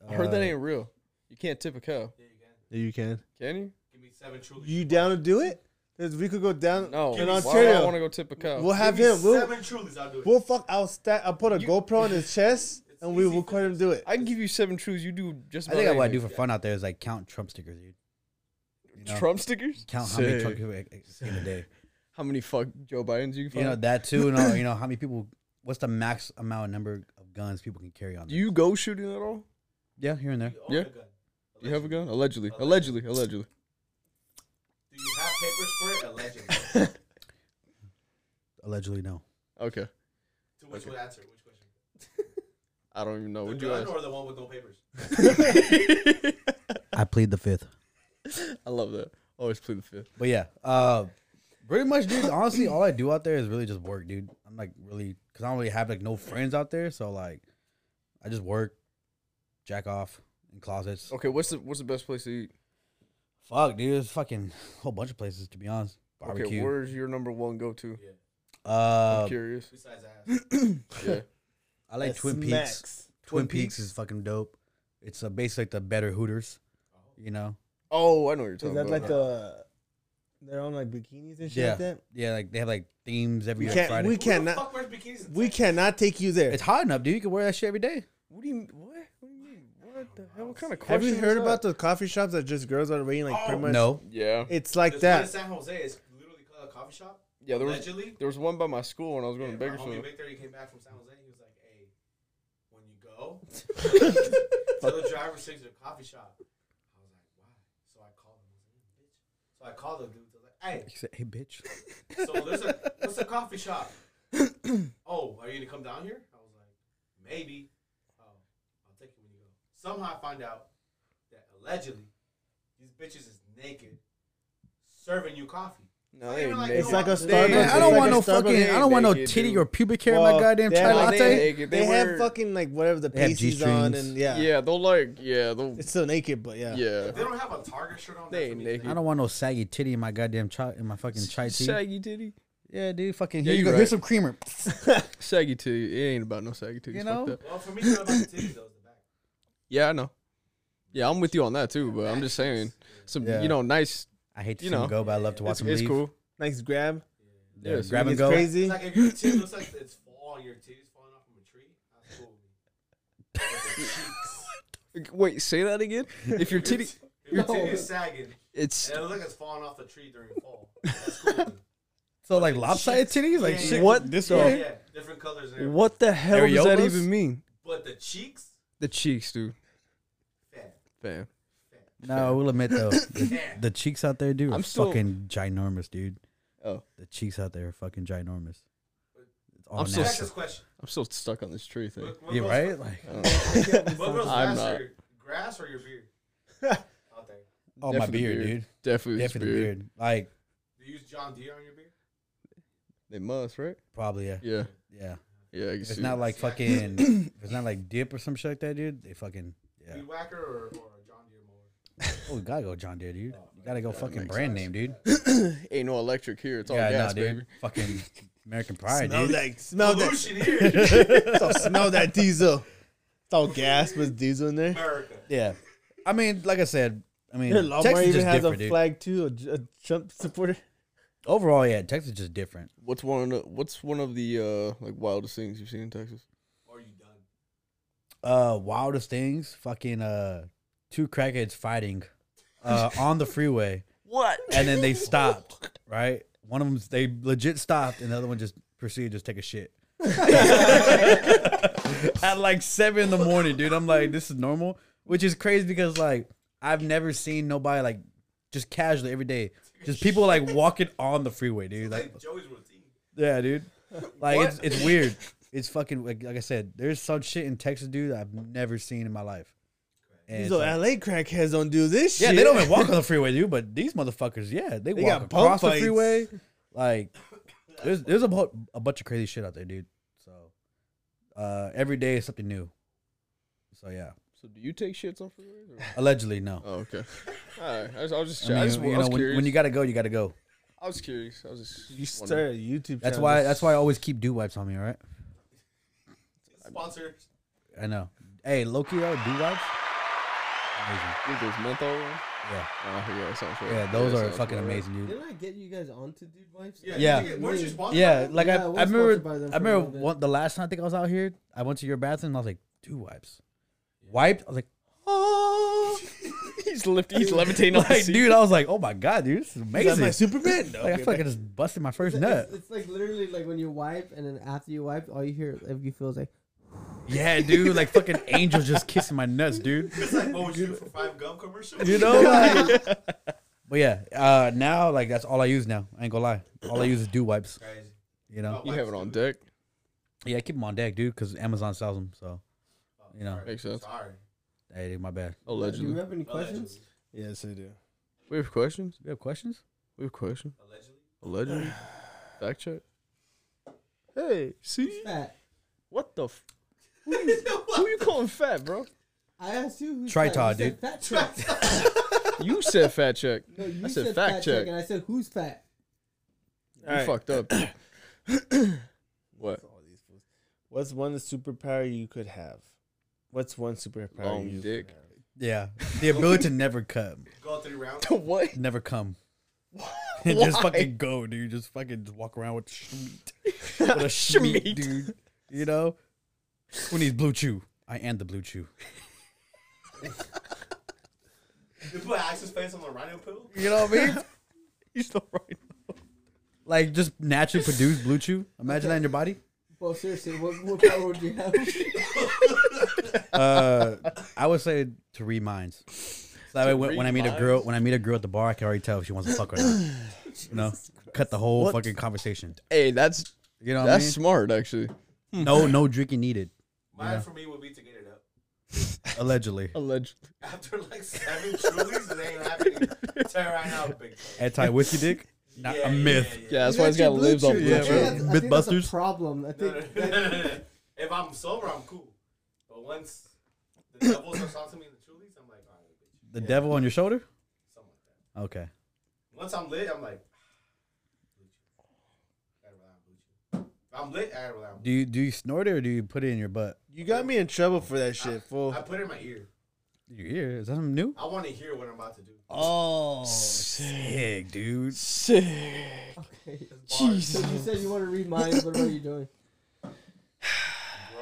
S2: I heard that
S3: Uh,
S2: ain't real. You can't tip a cow,
S4: you go.
S5: You can.
S2: can you?
S4: Give me seven truly.
S5: You down to do it? 'Cause we could go down.
S2: No.
S5: In
S2: Why would I
S5: Ontario.
S2: want to go tip a cow?
S5: We'll have
S4: Give me
S5: him. We'll,
S4: seven trulies. I'll do it.
S5: we'll fuck. I'll stack. I'll put a GoPro on his
S4: <laughs>
S5: chest and we
S4: easy
S5: will cut him do it.
S2: I can give you seven truths. You do just.
S3: I think
S2: about
S3: what I do for
S2: anything.
S3: fun out there is like count Trump stickers, dude. You know,
S2: Trump stickers.
S3: count how many
S5: Sick.
S3: Trump people like, like, in a day.
S2: How many fuck Joe Bidens you can
S3: You know
S2: find?
S3: that too, and all, you know how many people. What's the max amount of number of guns people can carry on?
S2: do
S3: Them?
S2: you go shooting at all?
S3: Yeah, here and there.
S4: You
S2: Yeah.
S4: own Oh, a gun.
S2: Do you have a
S4: Allegedly.
S2: gun? Allegedly, allegedly, allegedly.
S4: Do you have papers for it? Allegedly.
S3: Allegedly, no.
S2: Okay,
S4: to which
S2: Okay.
S4: one answer? Which question?
S2: I don't even know.
S4: The
S2: Would you
S4: gun
S2: ask?
S4: or the one with no papers?
S3: I plead the fifth.
S2: I love that. Always play the fifth.
S3: But yeah, uh, pretty much, dude. Honestly, all I do out there is really just work, dude. I'm like really because I don't really have like no friends out there, so like I just work, jack off in closets.
S2: Okay, what's the what's the best place to eat?
S3: Fuck, dude. There's fucking a whole bunch of places to be honest.
S2: Okay,
S3: Barbecue.
S2: where's your number one go to?
S4: Yeah.
S2: I'm
S3: uh,
S2: curious.
S4: Besides ass.
S2: Yeah.
S3: I like
S5: That
S3: Twin Peaks.
S5: smacks.
S3: Twin Peaks, is fucking dope. It's uh, basically like the better Hooters, you know.
S2: Oh, I know what you're
S5: Is
S2: talking
S5: that
S2: about.
S5: like the? They're on like bikinis and shit
S3: Yeah,
S5: like that.
S3: yeah. Like they have like themes every
S5: We
S3: like,
S5: can't.
S3: Friday.
S5: We
S4: Who the
S5: cannot.
S4: fuck wears bikinis? in
S5: We
S4: Texas?
S5: cannot take you there.
S3: it's hot enough, dude. You can wear that shit every day.
S2: what do you what? What do you mean? What the hell? What kind of
S5: Have
S2: question?
S5: you heard
S2: is
S5: about
S2: that?
S5: the coffee shops that just girls are waiting like
S4: Oh,
S5: pretty much?
S3: No,
S2: Yeah,
S5: It's like
S4: There's one in
S5: that.
S4: San Jose is literally called a coffee shop.
S2: yeah. There was
S4: Allegedly.
S2: there was one by my school when I was going
S4: Yeah,
S2: to
S4: my homie
S2: Bakersfield.
S4: Victor, he came back from San Jose. He was like, "Hey, when you
S2: <laughs>
S4: go, tell the driver six at a coffee shop." I was like, "Why?" So I called him. I was like, "Bitch." So I called the dude. I was like,
S3: He said, "Hey, bitch."
S4: hey, so there's a what's a
S2: <clears throat>
S4: coffee shop? oh, are you gonna come down here? I was like, maybe. Oh, I'll take you when you go. Somehow I find out that allegedly these bitches is naked serving you coffee.
S2: No,
S4: They
S2: they
S4: were like,
S2: naked.
S4: It's like a
S2: They-
S3: <laughs>
S5: Starbucks-
S3: Man, I don't
S5: like
S3: want
S5: a
S3: no
S5: Starbucks
S3: fucking. I don't want no
S2: naked,
S3: titty
S2: dude.
S3: or pubic hair in
S5: Well,
S3: my goddamn
S5: they
S3: chai
S5: have-
S2: Nah,
S5: they-
S2: they
S3: latte.
S2: naked.
S5: They, have
S2: wear-
S5: fucking like whatever the
S3: They have
S5: pasties on,
S3: G-strings.
S5: and yeah,
S2: Yeah, they'll like yeah, they'll
S5: it's still naked, but yeah,
S2: yeah.
S4: If they don't have a Target shirt on.
S2: They
S4: that's
S2: ain't
S4: what
S2: naked.
S3: I don't want no saggy titty in my goddamn chai in my fucking chai tea.
S2: Saggy titty.
S3: Yeah, dude. Fucking
S2: Yeah,
S3: here you
S2: you're
S3: go.
S2: right.
S3: Here's some creamer.
S2: Saggy titty. It ain't about no saggy titty.
S3: You know?
S4: Well, for me, it's not about the titties though. It's the back.
S2: Yeah, I know. Yeah, I'm with you on that too, but I'm just saying some
S3: Yeah.
S2: you know nice.
S3: I hate to
S2: You
S3: see
S2: know.
S3: him go, but I love to watch
S2: It's,
S3: him
S2: it's
S3: leave.
S2: cool.
S5: <laughs> nice grab.
S3: Yeah,
S2: Yeah, so
S3: grab
S5: It's
S3: and go.
S5: crazy.
S4: It's like if your tit looks like it's falling, your titties falling off from a tree. That's cool. But the cheeks.
S2: Wait, say that again. If your
S3: <laughs>
S2: titty,
S4: If your titty
S1: No.
S4: is sagging,
S2: it's
S4: and it looks like it's falling off the tree during fall. That's cool.
S3: <laughs>
S4: with me.
S3: So like lopsided titties, like
S4: Yeah,
S3: shit.
S4: yeah.
S2: What?
S3: This
S4: yeah,
S3: way.
S4: yeah, different colors. And everything.
S2: what the hell does that
S3: Areolas?
S2: even mean?
S4: But the cheeks,
S2: The cheeks, dude.
S4: fat,
S2: Fam.
S3: No, we'll admit though, <laughs> the,
S4: fat.
S3: the cheeks out there, dude, are
S2: I'm still-
S3: fucking ginormous, dude.
S2: Oh,
S3: The cheeks out there are fucking ginormous. It's all
S2: I'm
S4: So
S2: So-
S4: ask
S3: natural.
S4: this question.
S2: I'm still stuck on this tree thing.
S4: What, what
S3: Yeah,
S4: grows-
S3: right? Like,
S4: <laughs> What grows
S2: I'm
S4: faster,
S2: not.
S4: grass or your beard?
S3: <laughs>
S4: Out there.
S3: oh my
S2: Definitely
S3: beard,
S2: beard.
S3: dude.
S2: Definitely, this
S3: Definitely
S2: beard.
S3: beard. Like,
S4: Do you use John Deere on your beard?
S2: They must, right?
S3: probably yeah,
S2: Yeah,
S3: yeah.
S2: yeah. I can
S3: If it's
S2: see
S3: not
S2: that.
S3: like
S4: See, I-
S3: fucking,
S5: <clears throat>
S3: if it's not like dip or some shit like that, dude. They fucking yeah.
S4: Weed whacker or, or a John Deere mower?
S3: Oh, we gotta go John Deere, dude. You gotta go
S2: that
S3: fucking
S2: makes
S3: brand
S2: sense.
S3: name, dude.
S2: ain't no electric here. It's all
S3: yeah,
S2: gas,
S3: nah, dude.
S2: baby. <laughs>
S3: Fucking American Pride,
S5: Smell
S3: dude.
S5: that, smell that,
S4: Pollution here,
S5: so smell that diesel. It's all gas with diesel in there.
S4: America.
S3: <laughs> Yeah, I mean, like I said, I
S5: <laughs>
S3: mean,
S5: Yeah, Lamar
S3: Texas
S5: even
S3: just
S5: has a
S3: different, dude.
S5: flag too, a J- a, Trump supporter.
S3: Overall, yeah, Texas just different.
S2: What's one of the, What's one of the uh, like wildest things you've seen in Texas?
S4: Or you done?
S3: Uh, wildest things, fucking uh, two crackheads fighting, uh, on the freeway,
S2: What?
S3: and then they stopped. Right, one of them they legit stopped, and the other one just proceeded to just take a shit. At like seven in the morning, dude. I'm like, this is normal, which is crazy because like I've never seen nobody like just casually every day, just people like walking on the freeway, dude. Like
S4: Like Joey's routine.
S3: Yeah, dude. Like it's it's weird. It's fucking like, like I said. There's some shit in Texas, dude. That I've never seen in my life. And
S5: These
S3: it's
S5: little
S3: like-
S5: LA crackheads don't do this.
S3: yeah,
S5: shit.
S3: they don't even walk on the freeway, dude. But these motherfuckers, yeah, they,
S5: got
S3: walk
S5: pump
S3: across the
S5: fights.
S3: freeway. Like there's there's a, bu- a bunch of crazy shit out there, dude. So uh, every day is something new. So yeah,
S2: So do you take shits off freeways?
S3: <laughs>
S2: Or?
S3: allegedly no.
S2: Oh, okay. All right. I was, I was just.
S3: I
S2: I,
S3: mean,
S2: just.
S3: you
S2: I
S3: know,
S2: was
S3: when,
S2: curious.
S3: when you gotta go, you gotta go.
S2: I was curious. I was just.
S5: You
S2: wondering.
S5: start a YouTube.
S3: That's
S5: channel.
S3: why. That's why I always keep dew wipes on me, right?
S4: Sponsor.
S3: I know. Hey, Loki though, dew wipes. Amazing.
S2: I think there's menthol. One.
S3: Yeah.
S2: Oh, yeah, that sounds right.
S3: Yeah, those
S2: that
S3: are
S2: sounds
S3: fucking
S2: about right.
S3: amazing, dude.
S1: Didn't I get you guys onto Dude Wipes?
S4: Yeah.
S3: Yeah.
S4: You, weren't you sponsored?
S3: Yeah, like
S1: Yeah,
S3: I,
S1: I was
S3: I
S1: sponsored by them
S3: remember, I
S1: for a
S3: remember
S1: little bit.
S3: one, the last time I think I was out here, I went to your bathroom and I was like, two wipes, wiped. I was like, oh,
S2: <laughs> He's lift, He's levitating on the
S3: <laughs> like
S2: seat.
S3: dude, I was like, oh my god, dude, this is
S5: Is that
S3: amazing.
S5: my Superman? No,
S3: <laughs> like I
S5: okay,
S3: feel like I just busted my first
S1: It's,
S3: nut.
S1: it's, it's like literally like when you wipe and then after you wipe, all you hear if you feel is like
S3: Yeah, dude, like fucking angels just kissing my nuts, dude.
S4: It's like what
S3: <laughs>
S4: would you do for five gum commercial?
S3: You know. Like, but yeah, uh, now like that's all I use now. I ain't gonna lie, all I use is dew wipes.
S4: Crazy.
S3: You know.
S2: You have it on deck.
S3: Yeah, I keep them on deck, dude, because Amazon sells them. So, you know,
S2: Makes sense.
S4: Sorry.
S3: hey, dude, my bad.
S1: Do you
S2: Allegedly.
S1: have any questions?
S5: Yes, I do.
S2: We have questions.
S3: You have questions?
S2: We have questions.
S4: Allegedly.
S2: <sighs> Allegedly. Fact check. Hey, see
S1: <laughs> Fat.
S2: what the. F- <laughs> who you calling fat, bro?
S1: I asked you who's
S3: Tritod,
S1: fat. You said
S3: dude.
S1: Fat check.
S2: <laughs> You said fat check.
S1: No, you
S2: I
S1: said, fact, check. and I said who's fat.
S2: You fucked up. <coughs> what?
S5: All these fools. What's one superpower you could have? What's one superpower
S2: Long
S5: you
S2: dick.
S5: could have?
S3: Yeah, the ability to never come,
S4: Go three rounds. <laughs>
S2: what? <laughs>
S3: never come, <laughs>
S2: Why?
S3: and just fucking go, dude. Just fucking just walk around with shmeat,
S2: <laughs>
S3: with a shmeat,
S2: Shmeat.
S3: dude. You know, who needs blue chew? I am the blue chew.
S4: You put Axe's face on the rhino pill.
S3: You know what I <laughs> mean?
S2: You still right.
S3: like just naturally produce blue chew. Imagine that in your body.
S1: Well, seriously, what,
S2: <laughs>
S1: what power would you have?
S3: Uh, I would say to read minds. It's That way,
S2: To
S3: when, when I
S2: read
S3: meet a girl,
S2: minds?
S3: when I meet a girl at the bar, I can already tell if she wants to fuck
S2: <laughs>
S3: or not. you know, cut the whole fucking conversation.
S2: Hey, that's
S3: You know what
S2: that's smart actually.
S3: I mean? No, no drinking needed.
S4: Mine
S3: Yeah.
S4: for me would be to get it up.
S3: Allegedly,
S2: Allegedly.
S4: After like seven trulies, it ain't happening. Tell you right now, big.
S3: anti whiskey dick, not
S4: Yeah,
S3: a myth. <laughs>
S4: yeah, yeah.
S2: Yeah, that's why it's got libs on blue
S5: Yeah,
S1: I think
S2: chew.
S1: that's- I think that's
S3: Mythbusters?
S1: a problem. I
S4: No,
S1: think
S4: no, no, no, no, no. If I'm sober, I'm cool. But once the devils are saucing me in the trulies, I'm like, all right, bitch.
S3: The devil on your shoulder.
S4: Something like that.
S3: Okay.
S4: Once I'm lit, I'm like, "Ah, gotta rely on blue chew. If I'm lit, I gotta rely on blue
S3: Do you do you snort it or do you put it in your butt?
S5: You got me in trouble for that shit,
S4: chew.
S5: fool.
S4: I put it in my ear.
S3: Your ear? Is that something new?
S4: I want to hear what I'm about to do.
S3: Oh, sick, dude.
S2: Sick.
S1: okay.
S4: Jeez.
S1: <laughs> So you said you want to read minds. What are you
S2: <sighs>
S1: doing?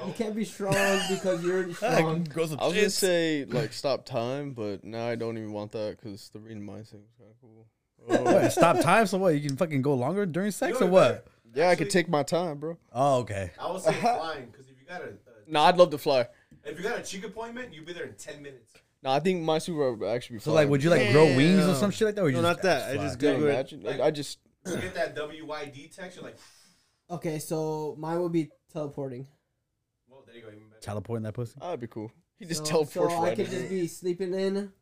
S1: You can't be strong because you're already strong.
S2: I was gonna say like stop time, but now I don't even want that because the reading minds thing was kind of cool. Oh,
S3: What, stop time. So what? You can fucking go longer during sex
S4: Do
S3: or
S4: it
S3: what?
S4: better.
S2: yeah, I
S4: Actually-
S2: could take my time, bro.
S3: Oh, okay.
S4: I would say
S3: <laughs>
S4: flying, because if you got a uh,
S2: No, I'd love to fly.
S4: if you got a cheek appointment, you'd be there in ten minutes.
S2: No, I think my super would actually be.
S3: So like, would you like grow wings or some shit like that? Or you
S5: No,
S3: just
S5: not that. I
S3: fly?
S5: just
S2: Can
S5: go-
S2: you imagine? Like, I just
S4: You get that WYD text, you're like,
S1: Okay, so mine would be teleporting.
S4: well, there you go, even better.
S3: teleporting that pussy.
S2: that'd be cool. He just
S1: so,
S2: teleports
S1: so I
S2: right
S1: could
S2: in.
S1: just be sleeping in,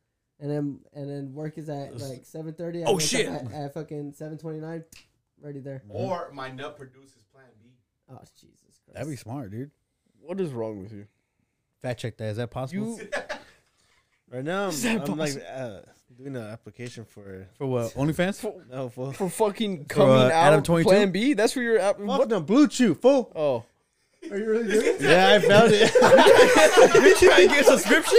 S1: and then and then work is at like seven thirty. Oh
S3: shit.
S1: At, at fucking seven twenty nine, ready there.
S4: Or my nut produces Plan B.
S1: Oh Jesus Christ!
S3: That'd be smart, dude.
S2: What is wrong with you?
S3: Fact check that. Is that possible?
S2: You-
S3: <laughs>
S5: Right now,
S2: Is
S5: I'm,
S2: that
S5: I'm like uh, doing an application for
S3: For what? OnlyFans? For,
S5: no
S2: <laughs>
S5: fool.
S2: for
S3: <laughs>
S2: fucking coming
S3: uh,
S2: out
S3: Adam
S2: of
S3: 22?
S2: Plan B? That's where you're at.
S5: What
S2: What?
S5: the blue chew, fool?
S2: Oh,
S1: Are you really doing it?
S5: Yeah, I found it. <laughs>
S3: you trying to get a subscription?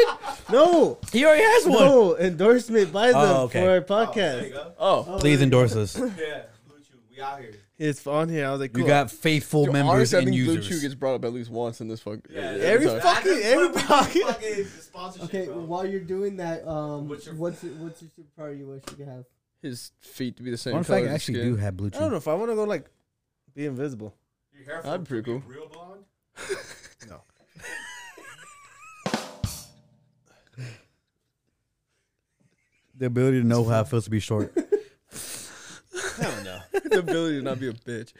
S5: no,
S3: He already has one.
S5: no endorsement by them
S3: Oh, okay.
S5: for our
S4: Oh, there
S5: podcast.
S4: you go.
S2: oh.
S3: Please endorse us.
S4: Yeah, Blue Chew, we out here.
S5: It's on here. I was like,
S3: You
S5: cool.
S3: got faithful
S2: Dude,
S3: members
S2: honestly, I
S3: and
S2: think
S3: users.
S2: Blue Chew gets brought up at least once in this uh, fucking.
S5: every
S2: time.
S5: fu- fucking- every pocket.
S1: Okay, while you're doing that, um,
S4: What's
S1: what's
S4: your-
S1: your, what's your superpower you wish you could have?
S2: his feet to be the same
S3: Fun
S2: color.
S3: fact,
S2: as
S3: I
S2: his <laughs>
S3: actually
S2: skin.
S3: do have Blue
S5: I don't
S3: Chew.
S5: know if I want to go like be invisible.
S4: Your hair
S2: That'd be
S4: from-
S2: pretty
S4: from
S2: cool.
S4: Real blonde.
S5: No.
S3: The ability to know how it feels to be short.
S5: Hell no.
S2: the ability to not be a bitch.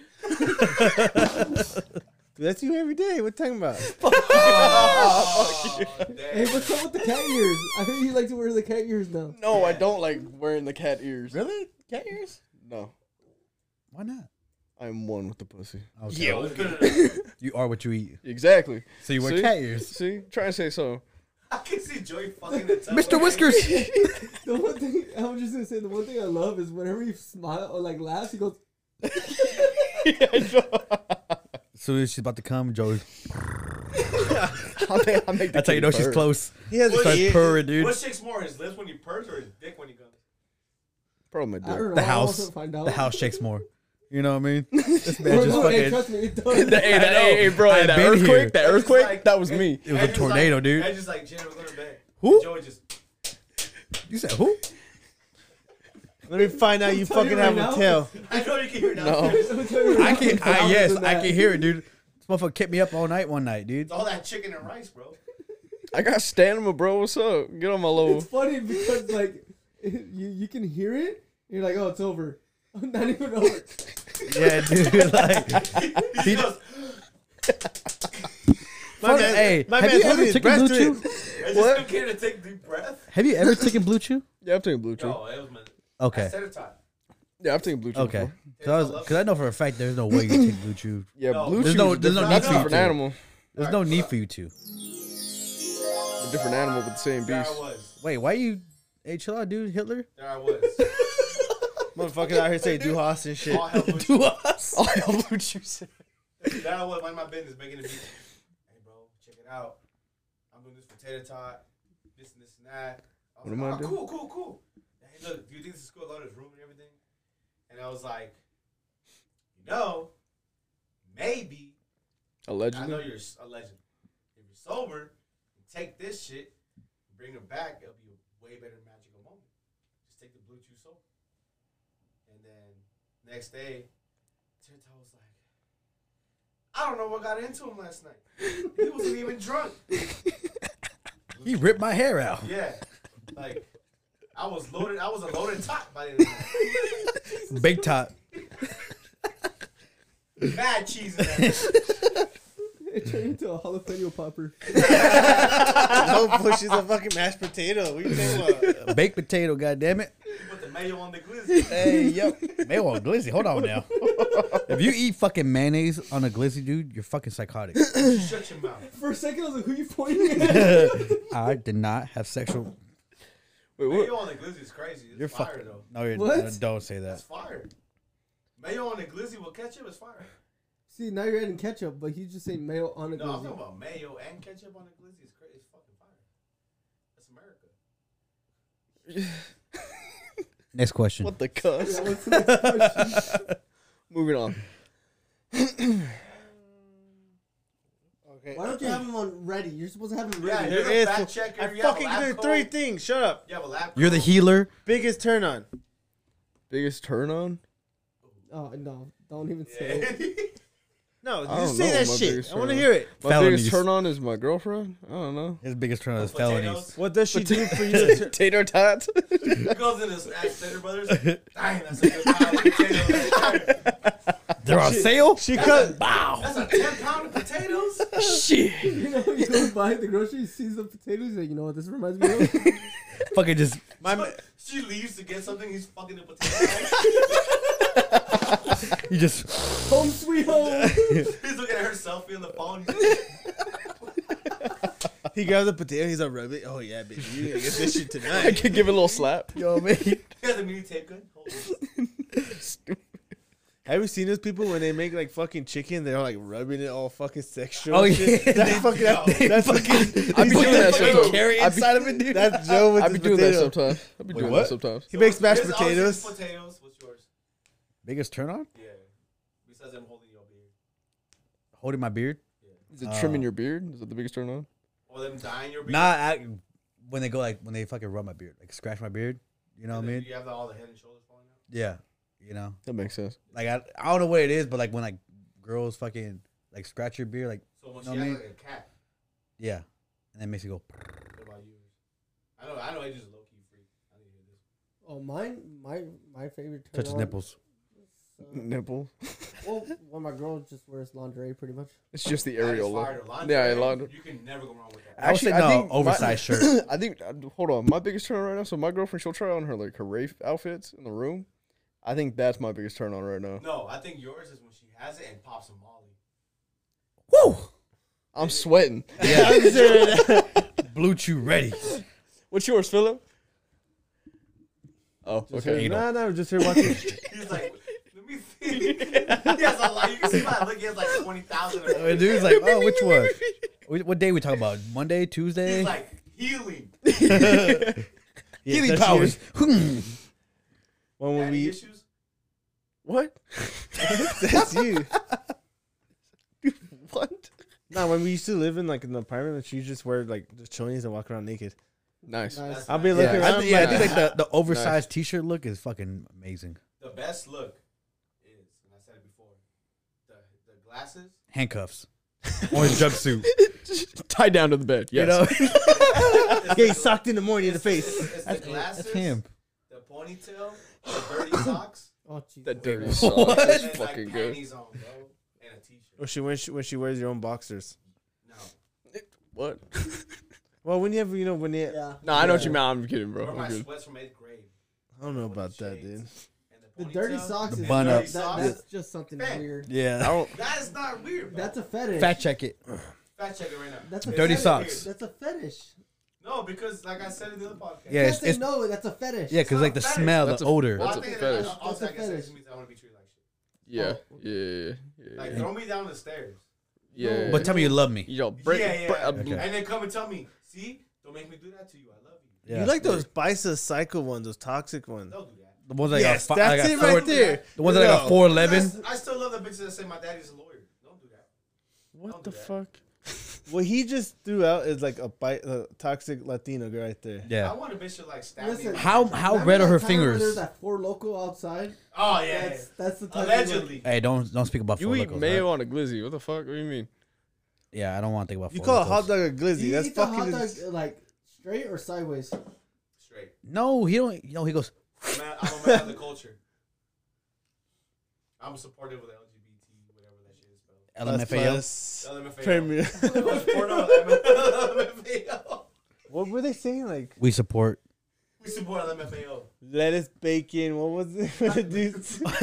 S5: Dude, that's you every day. What you talking about?
S4: Oh,
S1: Hey,
S4: damn.
S1: what's up with the cat ears? I heard you like to wear the cat ears now.
S2: No, I don't like wearing the cat ears.
S5: Really? Cat ears?
S2: No,
S3: Why not?
S2: I'm one with the pussy.
S3: Okay.
S4: No, no, no, no.
S3: <laughs> You are what you eat.
S2: Exactly.
S3: So you wear
S2: See?
S3: cat ears.
S2: See, try and say so.
S4: I can see Joey fucking the tub.
S3: Mr. Whiskers.
S1: <laughs> The one thing I was just gonna say, the one thing I love is whenever you smile or like laughs, he goes.
S3: As soon as she's about to come, Joey.
S2: <laughs> I'll make, I'll make the
S3: That's how you
S2: kid
S3: know she's
S2: purr.
S3: close.
S5: He has
S4: What
S5: a
S3: Starts
S4: is-
S5: ear.
S3: purring, dude.
S4: What shakes more, his lips when he purrs or his dick when he comes?
S2: Probably
S1: I don't
S2: my
S1: know.
S3: The
S1: I
S3: house.
S1: also Find out. <laughs>
S3: The house shakes more. You know what I mean? This
S1: Bro,
S3: man just
S1: no, hey,
S3: fucking.
S1: trust me, it does. <laughs>
S2: dick. <laughs> Hey, that, hey, hey, bro,
S3: I've
S2: that
S3: been
S2: earthquake,
S3: here.
S2: that earthquake, that was me.
S3: It was a tornado,
S4: like,
S3: dude.
S4: Ed's just like, Jenna, we're going to bed.
S3: Who?
S4: Joey just, <laughs>
S3: You said who?
S5: Let me find out you
S1: telling
S5: fucking
S1: you
S5: have
S1: right
S5: a
S1: now.
S5: tail.
S4: I know you can hear now.
S2: No.
S4: It's
S3: I can. I, yes,
S1: than
S3: I
S1: that.
S3: can hear it, dude. This motherfucker kept me up all night one night,
S4: <laughs>
S3: dude.
S4: all that chicken and rice, bro.
S2: I got stamina, bro. What's up? Get on my low.
S1: It's funny because like <laughs> you you can hear it. You're like, oh, it's over. <laughs> I'm not even over. <laughs>
S3: Yeah, dude. <laughs> Like,
S4: He goes,
S5: My man,
S3: hey,
S5: my
S3: have
S5: man's
S3: you ever
S5: holding his
S3: taken
S5: breath
S3: Blue
S5: to it.
S3: Chew?
S4: I just took here to take a deep breath.
S3: Have you ever taken Blue Chew?
S2: Yeah, I've taken blue chew.
S4: No, it was my. I
S3: Okay,
S4: said it time.
S2: Yeah, I've taken blue chew.
S3: okay.
S2: before.
S3: Because I know for a fact there's no way you take Blue Chew.
S2: Yeah,
S4: No.
S2: blue
S4: There's
S2: chew.
S3: no-
S2: is
S3: there's no
S2: different.
S3: need
S2: That's
S3: for you
S2: different
S3: to.
S2: animal.
S3: There's no need for you to.
S2: A different animal with the same
S4: There
S2: beast.
S4: I was.
S3: Wait, why you? Hey, chill out, dude. Hitler.
S4: There I was.
S2: <laughs>
S5: Motherfuckers out here saying do Haas and
S4: <laughs>
S5: shit.
S4: All hell
S2: <laughs>
S4: loose.
S3: To us.
S2: Oh, yeah, blue chew. said-
S4: There I was, minding my business, making a beat. Hey, bro, check it out. I'm doing this potato tot, this and this and that. I was
S2: What am
S4: like,
S2: I
S4: "Oh,
S2: doing?"
S4: Cool, cool, cool. Hey, look, do you think this is cool? I go to his room and everything. And I was like, you know, maybe. I know
S2: Allegedly.
S4: you're s- a legend. If you're sober, you take this shit, bring it back, it'll be a way better magical moment. Just take the blue chew soap. And then next day, Tirta was like, I don't know what got into him last night. He wasn't even drunk. <laughs>
S3: He ripped my hair out.
S4: Yeah. Like, I was loaded. I was a loaded top by the end of the
S3: Big top.
S4: night. Mad cheese. in that.
S1: It turned into a jalapeno popper.
S5: No push <laughs> is a fucking mashed potato. We think what? <laughs>
S3: Baked potato, God damn it.
S4: Put the mayo on the glizzy.
S3: Hey, yo. Mayo on glizzy. Hold on now. if you eat fucking mayonnaise on a glizzy, dude, you're fucking psychotic.
S4: Shut your mouth.
S1: For a second, I was like, "Who you pointing
S3: <laughs>
S1: at?"
S3: I did not have sexual.
S2: Wait, what?
S4: Mayo on the glizzy is crazy. It's
S3: You're
S4: fire
S3: fucking.
S4: though.
S3: No, you're
S1: What?
S3: no, Don't say
S4: It's
S3: that.
S4: fire. Mayo on the glizzy with ketchup is fire.
S1: See, now you're adding ketchup, but you just say mayo on a
S4: No, I'm talking
S1: glizzy.
S4: about mayo and ketchup on the glizzy. It's crazy. It's fucking fire. That's America.
S3: Next question.
S2: What the cuss?
S1: <laughs> Yeah, <laughs> what's the next question?
S2: Moving on.
S5: Okay.
S1: Why don't you have them on ready? You're supposed to have them ready.
S4: Yeah,
S5: There
S4: You're a
S5: is
S4: fact
S5: one-
S4: checker,
S5: I
S4: you have a
S5: fucking
S4: lab
S5: did
S4: coat.
S5: three things. Shut up.
S4: You have a lab.
S3: You're the
S4: coat.
S3: healer.
S5: Biggest turn on.
S2: Biggest turn on?
S1: Oh no! Don't even say
S4: Yeah.
S1: it. <laughs>
S5: No,
S2: I
S5: just
S2: don't
S5: say
S2: know
S5: that
S2: my
S5: shit.
S2: biggest
S5: I want to
S2: turn on.
S5: hear it.
S2: My
S3: Felonies.
S2: biggest turn on is my girlfriend. I don't know. <laughs>
S3: His biggest turn is
S4: <laughs> Potatoes.
S3: felonies.
S5: What does she do for you? To turn?
S2: Tater tots.
S4: It goes in the snack center, brothers. Dang, that's a good pound of potatoes. right there.
S3: They're on sale.
S5: She cut.
S4: That's a 10 pound of potatoes.
S2: Shit.
S1: You know, you go buy the grocery, you see some potatoes, you like, you know what this reminds me of?
S4: <laughs>
S3: Fucking just
S5: My ma-
S4: She leaves to get something. He's fucking the potatoes.
S3: you just
S1: home sweet home. <laughs>
S4: He's looking at her selfie on the phone. He's like,
S5: he grabs a potato. He's like, rub it. Oh yeah, baby, you gonna get this shit
S2: I <laughs>
S5: tonight.
S2: could give it a little slap.
S3: yo man.
S4: he has a mini tape gun. Hold on.
S5: Have you seen those people when they make like fucking chicken? They're like rubbing it all fucking sexual.
S3: Oh,
S5: and shit?
S3: yeah.
S5: That fucking. That, that's fucking.
S2: I be doing that
S3: Fucking
S2: sometimes.
S3: carrot inside of it, dude.
S5: <laughs> That's Joe with
S2: I
S5: his
S2: be doing
S5: potato.
S2: that sometimes. I be doing
S3: what?
S2: that sometimes.
S5: He makes mashed
S4: His- ours is
S5: potatoes.
S4: potatoes. What's yours?
S3: <laughs> biggest turn on?
S4: Yeah. Besides them holding your beard.
S3: Holding my beard.
S2: Is it
S4: Oh.
S2: trimming your beard? Is that the biggest turn on?
S4: Or them dyeing your beard.
S3: Nah, I, when they go like when they fucking rub my beard, like scratch my beard. You know what I
S4: And then
S3: mean?
S4: You have the, all the head and shoulders falling out.
S3: Yeah. You know,
S2: That makes sense.
S3: like I, I don't know what it is, but like when like girls fucking like scratch your beard, like
S4: So when
S3: No,
S4: she
S3: I
S4: acts
S3: mean-
S4: like a cat,
S3: yeah, and that makes it go.
S4: what about you? I know. I know. I just low key freak. I need to hear this.
S1: Oh, mine, my, my favorite. Turn
S3: Touch his
S1: on
S3: nipples.
S1: is, uh,
S2: Nipple.
S1: well, when my girl just wears lingerie, pretty much.
S2: It's just the
S4: That is
S2: areola.
S4: fire. Lingerie,
S2: Yeah,
S4: <laughs>
S2: lingerie.
S4: You can never go wrong with that.
S3: I would say no, oversized
S2: my, <laughs>
S3: shirt.
S2: I think. uh, Hold on, my biggest turn on right now. So my girlfriend, she'll try on her like her rave outfits in the room. I think that's my biggest turn on right now.
S4: No, I think yours is when she has it and pops a Molly.
S3: Woo!
S2: I'm <laughs> sweating.
S3: Blue Chew <laughs> ready.
S2: <laughs> What's yours, Philip? Oh, okay.
S3: anal.
S5: Nah, nah, we're just here watching.
S4: He's like, let me see. <laughs> he has a lot. You can see my look. He has like twenty thousand.
S3: The dude's like, oh, which one? Wh- What day we talking about? Monday, Tuesday?
S4: He's like
S2: <laughs>
S4: healing.
S3: Healing
S5: that's
S3: powers. Hmm.
S5: When when <laughs>
S4: Daddy
S5: we
S4: issues.
S2: What?
S5: that's you.
S2: What?
S5: Nah, when we used to live in like an apartment, she used to just wear like just chonies and walk around naked.
S2: Nice.
S1: Nice.
S5: I'll be
S2: Yeah,
S5: looking
S2: I
S5: around.
S2: think-
S3: yeah, <laughs> I
S5: like,
S3: think like the, the oversized T-shirt look is fucking amazing.
S4: The best look is, and I said it before, the the glasses.
S3: Handcuffs, orange jumpsuit.
S2: Tied down to the bed. Yes.
S3: You know,
S5: yeah, he socked in the morning in the face.
S4: It's the glasses.
S3: that's him.
S4: The ponytail. The
S3: <laughs>
S4: dirty socks.
S1: Oh, jeez.
S2: that dirty
S3: What?
S2: sock
S4: and
S2: is
S4: then,
S2: fucking
S4: like,
S2: good.
S4: Panties on, bro, and a t-shirt.
S3: Oh,
S5: Or she when she when she wears your own boxers.
S4: No,
S2: What?
S5: Well, when you have you know when you
S1: Yeah.
S2: No, I know what you mean. I'm kidding,
S3: oh,
S2: bro.
S4: or my
S2: I'm good.
S4: sweats from eighth grade.
S5: I don't know about that, dude.
S4: And the,
S1: The dirty
S4: ponytail.
S1: socks.
S3: The
S1: is-
S3: bun
S1: that-
S3: up.
S1: that- that's just something
S4: Fat.
S1: weird.
S3: yeah.
S2: I don't.
S4: That is not weird. Bro.
S1: That's a fetish.
S3: Fact check it.
S4: fact check it right now.
S1: That's a
S4: It's
S3: Dirty
S4: not
S3: socks.
S4: weird.
S1: That's a fetish.
S4: No, because like I said in the other podcast.
S3: Yeah,
S1: Can't
S3: it's,
S1: say
S3: it's-
S1: no. That's a fetish.
S3: yeah, because like the
S4: That's a
S3: smell,
S2: fetish.
S3: the odor.
S4: Well,
S2: That's
S4: I
S2: a
S4: think
S2: fetish.
S4: That, also, I
S1: That's a
S4: guess that
S1: fetish.
S4: just means I want to be treated like shit.
S2: Yeah. Yeah. Yeah.
S4: oh. Like
S2: Yeah.
S4: throw me down the stairs.
S2: yeah. yeah.
S3: But tell me you love me.
S2: Yo, break.
S4: yeah, yeah.
S2: break- uh,
S3: Okay.
S4: And then come and tell me, see, don't make me do that to you. I love you.
S3: Yeah.
S5: You like those bicycle ones, those toxic ones.
S4: Don't do that.
S3: the ones that
S5: yes,
S3: got, fi-
S5: that's
S3: I got
S5: it
S3: four,
S5: right there.
S3: The ones that I got
S5: No.
S3: four eleven.
S4: I, I still love the bitches that say my daddy's a lawyer. Don't do that.
S2: What
S4: Don't
S2: the
S4: do that.
S2: fuck?
S5: What he just threw out is like a bi- a toxic Latino girl right there.
S4: I
S3: Yeah.
S4: want a bitch to like stab
S1: Listen,
S4: me.
S3: How how
S1: Remember
S3: red are
S1: that
S3: her
S1: time when There's
S3: fingers?
S1: that four local outside.
S4: Oh yeah.
S1: That's that's the
S4: yeah.
S1: type of, like-
S4: Allegedly.
S3: Hey, don't don't speak about
S2: You
S3: four
S2: eat
S3: locals,
S2: mayo
S3: right?
S2: on a glizzy. What the fuck? What do you mean?
S3: Yeah, I don't want to think about.
S5: You
S3: four
S5: call a
S3: locals.
S5: hot dog a glizzy?
S1: Do you
S5: That's
S1: eat the hot
S5: fucking.
S1: dog like straight or sideways?
S4: Straight. straight.
S3: No, he don't. No, he goes.
S4: I'm a, I'm a man of the culture. I'm supportive of the LGBT, whatever that shit is. Bro.
S3: LMFAO.
S4: LMFAO.
S5: Premier.
S4: I'm supportive of LMFAO.
S5: what were they saying? Like
S3: We support.
S4: We support LMFAO.
S5: lettuce, bacon. What was it? What did you say?
S3: <laughs>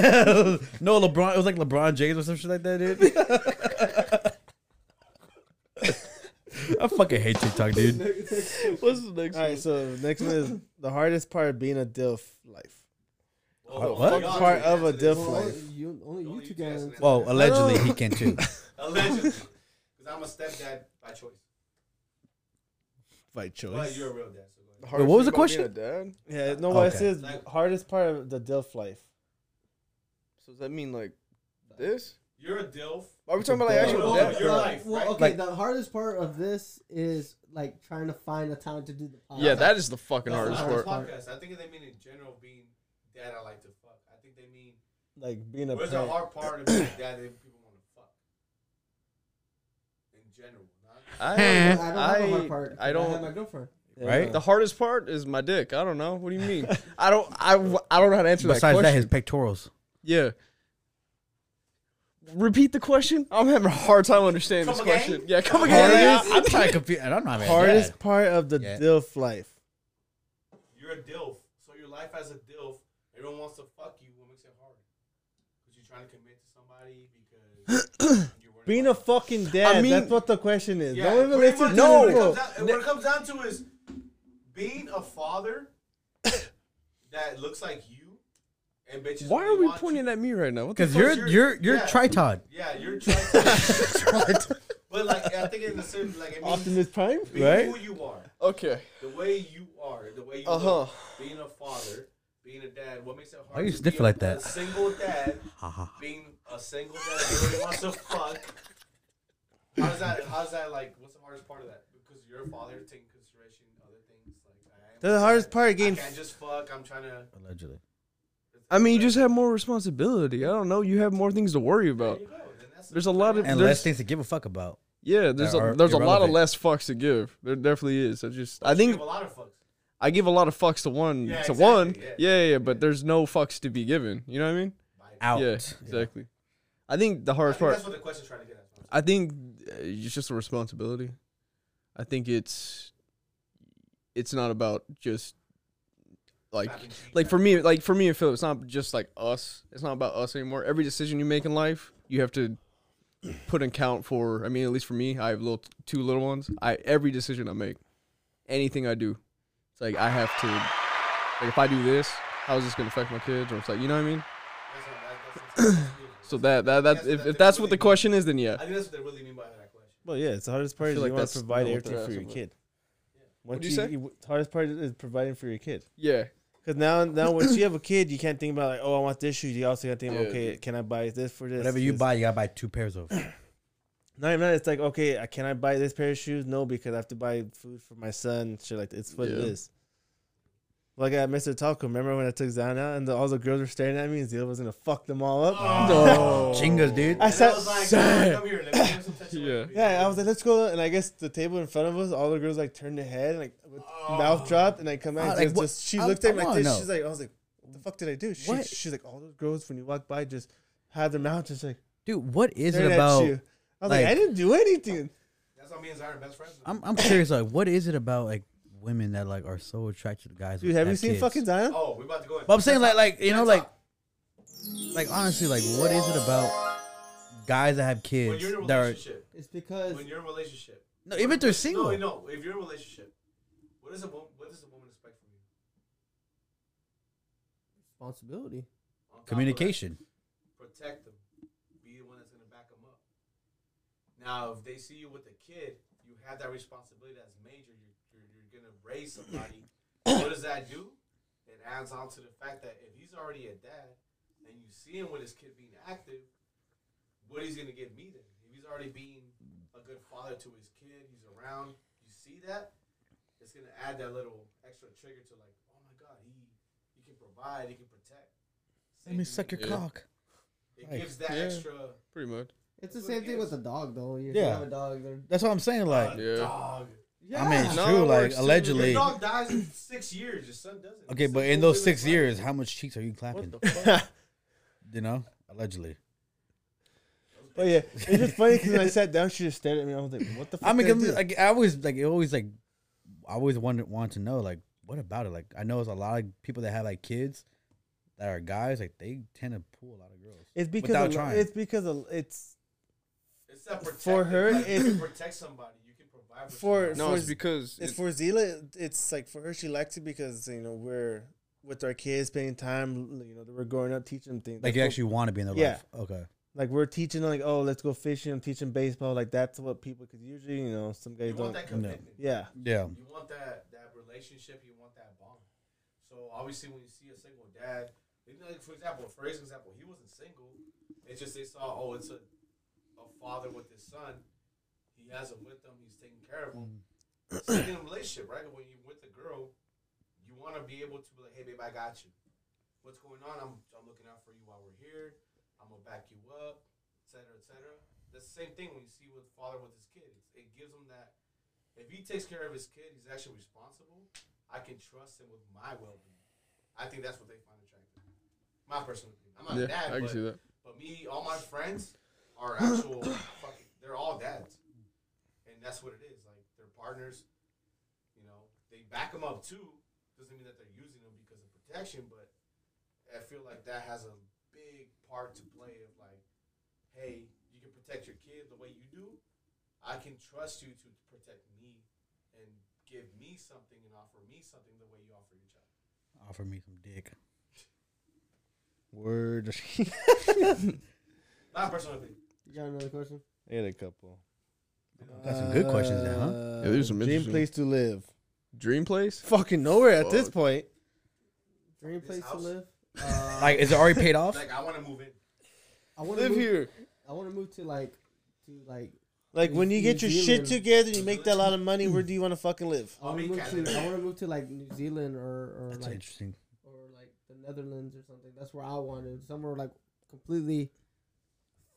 S3: no, LeBron. It was like LeBron James or some shit like that, dude. <laughs> I fucking hate TikTok, dude.
S2: What's the next
S5: All right, so next one is the hardest part of being a DILF life.
S4: Oh,
S3: What?
S4: God,
S5: Part
S4: we
S5: of a
S4: answered this.
S5: different-
S1: Well, only
S5: life.
S1: you, only you
S4: Only
S1: two
S4: you guys
S1: guys.
S4: can
S3: Well, allegedly he can <laughs> too.
S4: Allegedly. Because I'm a stepdad by choice.
S5: By
S4: But
S5: choice.
S4: you're a real dad. So go ahead.
S3: Wait, what was the question?
S2: Dad?
S5: Yeah, no, what
S3: Okay.
S5: it says
S4: Like-
S5: hardest part of the DILF life.
S2: So does that mean like this?
S4: You're a DILF.
S2: Are we talking about like
S4: Yeah.
S2: actual
S4: Oh,
S2: death?
S4: your life,
S1: Well,
S4: right?
S1: okay.
S3: Like-
S1: the hardest part of this is like trying to find a time to do the podcast.
S2: Yeah, that is the fucking
S4: That's
S1: hard
S2: hardest
S4: not
S1: hardest
S2: part.
S4: a
S1: part.
S4: podcast. I think they mean in general being dad I like to fuck. I think they mean
S5: Like being a
S4: where's the
S5: parent.
S4: hard part of being dad that people want to fuck? In general. Not
S2: I,
S1: I don't have a hard
S2: I,
S1: part.
S2: I
S1: have my
S2: don't.
S1: girlfriend.
S5: Yeah.
S3: Right?
S2: The hardest part is my dick. I don't know. What do you mean? I don't. I, I don't know how to answer that
S3: Besides
S2: question.
S3: that, his pectorals.
S2: yeah. Repeat the question. I'm having a hard time understanding
S4: Come
S2: this
S4: again?
S2: question. Yeah, come again.
S3: Hardest? I'm trying to confuse. I'm not mad.
S5: hardest part of the
S3: Yeah.
S5: DILF life.
S4: you're a DILF. So your life as a DILF, everyone wants to fuck you. What makes it hard? Because you're trying to commit to somebody because you're
S5: <coughs>
S4: worried
S5: Being a
S4: about-
S5: fucking dad.
S2: mean-
S5: that's what the question is.
S4: Yeah,
S5: Don't even
S4: pretty
S5: listen to
S4: much
S5: no.
S4: What it, comes down, what it comes down to is being a father that looks like you and bitches.
S2: Why are
S4: only
S2: we
S4: want
S2: pointing
S4: you-
S2: at me right now? What the
S3: Because
S2: fuck?
S3: you're you're you're
S4: yeah.
S3: tritod.
S4: Yeah, you're trying.
S3: <laughs>
S4: to- but like, I think in a certain like, it means
S5: Optimus Prime,
S4: being
S5: right?
S4: who you are,
S2: okay.
S4: the way you are, the way you
S2: Uh huh.
S4: look, being a father, being a dad. What makes it hard?
S3: Why you
S4: to
S3: sniff
S4: be a-
S3: like that?
S4: A single dad,
S3: <laughs> Haha.
S4: being a single dad, that really wants to fuck. How's that? How's that like? What's the hardest part of that? Because you're a father, taking consideration other things. Like, I am
S5: That's
S4: a
S5: the hardest
S4: dad.
S5: part
S4: I
S5: again.
S4: can't just fuck. I'm trying to.
S3: Allegedly.
S2: I mean, you just have more responsibility. I don't know. You have more things to worry about.
S4: There you go. Then that's
S2: There's a lot of
S3: And
S2: there's-
S3: less things to give a fuck about.
S2: Yeah, there's
S3: that
S2: a,
S3: are
S2: there's a lot of
S3: irrelevant.
S2: less fucks to give. There definitely is. I just I
S4: You
S2: think
S4: have a lot of fucks.
S2: I give a lot of fucks to one
S4: Yeah,
S2: to
S4: exactly,
S2: one.
S4: yeah.
S2: Yeah. yeah, yeah, but there's no fucks to be given. You know what I mean?
S3: Out.
S2: Yeah, exactly. I think the
S4: I
S2: hardest
S4: think
S2: part.
S4: that's what the question's trying to get at.
S2: I think uh, it's just a responsibility. I think it's it's not about just like
S4: Not being cheated
S2: like
S4: on.
S2: for me like for me and Philip, it's not just like us. It's not about us anymore. Every decision you make in life, you have to put in count for. I mean, at least for me, I have little two little ones. I every decision I make, anything I do, it's like I have to like if I do this, how is this gonna affect my kids? Or it's like you know what I mean.
S4: That's what- that- that's what-
S2: So that that that
S4: That's what
S2: if,
S4: they
S2: if that's what
S4: really
S2: the question is, then yeah.
S4: I think that's what they really mean by that question.
S5: Well, yeah, it's the hardest part
S2: I
S5: is
S2: feel
S5: you
S2: like
S5: want
S2: that's
S5: to provide
S2: what
S5: everything
S2: they're
S5: for your
S2: asking
S5: kid. Once
S2: you
S5: you,
S2: say?
S5: you- the hardest part is providing for your kid.
S2: Yeah.
S5: Because now, now once you have a kid, you can't think about like, oh, I want this shoe. You also got to think, about,
S2: Yeah.
S5: okay, can I buy this for this?
S3: Whatever you
S5: this?
S3: buy, you gotta buy two pairs of.
S5: Not even that. It's like, okay, I- can I buy this pair of shoes? No, because I have to buy food for my son. Shit, like that. it's what it
S2: Yeah.
S5: is. Like at Mr. Taco, remember when I took Zion out and the, all the girls were staring at me and Zio was gonna fuck them all up?
S4: Oh.
S3: Chingas, dude.
S5: I
S4: And I
S5: said,
S4: was like,
S5: "Sir."
S4: come here, let me have some touch
S2: Yeah.
S5: Yeah, I was like, let's go. And I guess the table in front of us, all the girls like turned their head and like with mouth dropped. And I come
S3: Oh,
S5: out,
S3: like,
S5: just,
S3: what-
S5: just she
S3: I-
S5: looked
S3: I
S5: at me like
S3: wanna
S5: this.
S3: know.
S5: She's like, I was like, what the fuck did I do? She,
S3: What?
S5: she's like, all those girls when you walk by just have their mouth just like
S3: Dude, what is it
S5: staring
S3: about?
S5: at you. I was like, I
S3: like-
S5: didn't do anything.
S4: That's what me and Zion are best friends.
S3: I'm I'm curious. Like, what is it about like women that like are so attracted to guys?
S5: Dude,
S3: with-
S5: have you
S3: have
S5: seen
S3: kids?
S5: fucking Zion?
S4: Oh, we're about to go in.
S3: But I'm saying like like you know like like honestly like what is it about guys that have
S4: when
S3: kids
S4: you're in a
S3: that are
S4: relationship,
S1: It's because
S4: when you're in a relationship,
S3: no even if they're single
S4: no, no, if you're in a relationship, what does a woman, what does a woman expect from you?
S1: responsibility.
S4: On top of that,
S3: communication.
S4: protect them, be the one that's gonna back them up. Now, if they see you with a kid, you have that responsibility that's major. You're, you're, you're gonna raise somebody. what does that do? It adds on to the fact that if he's already a dad and you see him with his kid being active, what he's gonna give me then? If he's already being a good father to his kid, he's around. You see that? It's gonna add that little extra trigger to like, oh my god, he he can provide, he can protect.
S3: Let me suck your
S2: Yeah.
S3: cock.
S4: It
S3: Like,
S4: gives that
S2: yeah.
S4: extra
S2: Pretty much.
S1: It's the
S4: That's what
S1: same
S4: it
S1: thing
S4: is.
S1: with a dog, though. You
S3: Yeah.
S1: have a dog. They're
S3: That's what I'm saying. Like
S4: uh,
S2: Yeah.
S4: dog.
S3: I mean,
S2: Yeah.
S3: it's
S2: No,
S3: true.
S2: it
S3: Like
S2: works, too.
S3: allegedly.
S4: Your dog dies in six years. Your son doesn't.
S3: Okay,
S4: It's
S3: but
S4: like,
S3: in
S4: who
S3: those
S4: really
S3: six
S4: clapped?
S3: years, how much cheeks are you clapping?
S1: <laughs>
S2: What
S5: <laughs>
S2: the fuck?
S3: You know, allegedly.
S5: But yeah, it's just funny because when I sat down, she just stared at me. I was like, "What the fuck?"
S3: I mean,
S5: did
S3: 'cause,
S5: do?
S3: like I always like it always like I always wanted want to know like what about it? Like I know it's a lot of people that have like kids that are guys like they tend to pull a lot of girls.
S5: it's because
S3: without
S5: a lo-
S3: trying.
S5: it's because a, it's
S4: It's that protect,
S5: For her,
S4: like, you
S5: it's-
S4: can protect somebody. You can provide for,
S5: For-
S4: somebody.
S2: No, it's
S5: For-
S2: because
S5: it's
S2: it-
S5: for Zila. It's like for her, she likes it because you know we're with our kids, spending time. You know, we're growing up, teaching them things.
S3: Like
S5: That's
S3: you
S5: what-
S3: actually want to be in their
S5: Yeah.
S3: life. Okay.
S5: like we're teaching them, like oh, let's go fishing. I'm teaching baseball. Like that's what people because usually you know some guys
S4: You want
S5: don't.
S4: that commitment.
S5: Yeah,
S3: Yeah.
S4: You want that that relationship. You want that bond. So obviously, when you see a single dad, even like for example, for his example, he wasn't single. It's just they saw, oh, it's a a father with his son. He has him with him. He's taking care of him.
S3: Mm.
S4: It's like in a relationship, right? When you're with a girl, you want to be able to be like, hey, babe, I got you. What's going on? I'm I'm looking out for you while we're here. I'm gonna back you up, etc., cetera, etc. Cetera. That's the same thing when you see with father with his kid. It's, it gives him that if he takes care of his kid, he's actually responsible. I can trust him with my well being. I think that's what they find attractive. My personal opinion. I'm not
S2: yeah,
S4: a dad,
S2: I can
S4: but,
S2: see that.
S4: but me, all my friends are actual fucking. They're all dads, and that's what it is. Like their partners, you know, they back them up too. Doesn't mean that they're using them because of protection, but I feel like that has a big part to play of like, hey, you can protect your kid the way you do. I can trust you to protect me and give me something and offer me something the way you offer your child.
S3: Offer me some dick. Word.
S4: My personal opinion.
S1: You got another question?
S5: I had a couple.
S3: Got some good questions there, huh?
S2: Yeah, there's some
S5: dream
S2: interesting-
S5: place to live.
S2: Dream place?
S5: Fucking nowhere at this
S2: Fuck.
S5: point.
S1: Dream
S4: This
S1: place to
S4: house?
S1: live? Uh,
S3: Like, is it already paid off?
S4: Like I want to move in.
S1: I want to
S2: Live
S1: move.
S2: here.
S1: I want to move to like, to like.
S5: Like when you
S1: New
S5: get your shit
S1: Zealand.
S5: together, you make that lot of money. Where do you want to fucking live?
S1: I want to
S4: be
S1: move to.
S4: Canada.
S1: I want to move to like New Zealand or or
S3: That's
S1: like
S3: interesting.
S1: or like the Netherlands or something. That's where I wanted. Somewhere like completely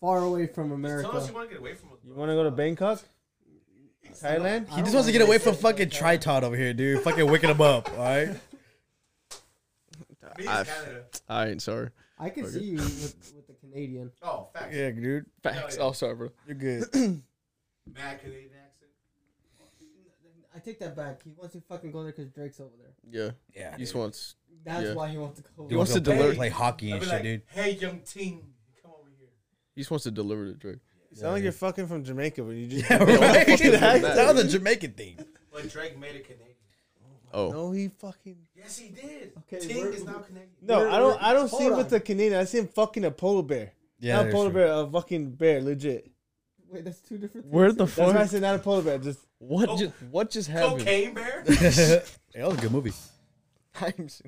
S1: far away from
S4: Just
S1: America.
S4: tell us you want to get away from us.
S5: You
S4: bro.
S5: want to go to Bangkok, Thailand?
S1: I
S3: He
S1: don't
S3: just wants to
S1: know.
S3: get away from fucking Tritod over here, dude. Fucking waking him up, all right?
S4: Me is
S2: I've-
S4: Canada.
S2: I ain't sorry.
S1: I can
S2: Okay.
S1: see you with, with the Canadian.
S4: Oh, facts.
S3: Yeah, dude.
S2: Facts.
S4: yeah.
S2: Oh, sorry, bro.
S3: You're good.
S4: Mad Canadian accent.
S1: I take that back. He wants to fucking go there because Drake's over there.
S2: Yeah.
S3: Yeah.
S2: He just
S3: dude.
S2: wants.
S1: That's
S2: Yeah.
S1: why he wants to go.
S3: Dude
S1: Over.
S2: wants
S3: wants
S2: to
S3: to play,
S2: deliver-
S3: play hockey
S4: I'll
S3: and
S4: be
S3: shit,
S4: like, <laughs>
S3: dude.
S4: hey, young teen, come over here.
S2: He just wants to deliver to Drake.
S5: <coughs> You sound like you're fucking from Jamaica, but you just
S3: Yeah,
S2: what
S3: <laughs> right?
S2: the fuck is
S3: that,
S2: that?
S3: was a Jamaican thing.
S4: But Drake made a Canadian.
S2: Oh.
S5: no, he fucking
S4: Yes, he did.
S1: Okay,
S4: Ting
S1: we're-
S4: is now Canadian.
S5: no.
S1: We're-
S5: I don't. I don't
S1: hold
S5: see him with
S1: on.
S5: the Canadian. I see him fucking a polar bear. Yeah, not a polar bear, a fucking bear, legit.
S1: <laughs> Wait, that's two different.
S2: Where the
S5: That's why I
S2: fuck?
S5: said not a polar bear. Just
S2: What,
S4: Oh.
S2: just, what just happened?
S3: <laughs>
S4: Cocaine bear.
S3: that was a good movie.
S2: <laughs> I'm s-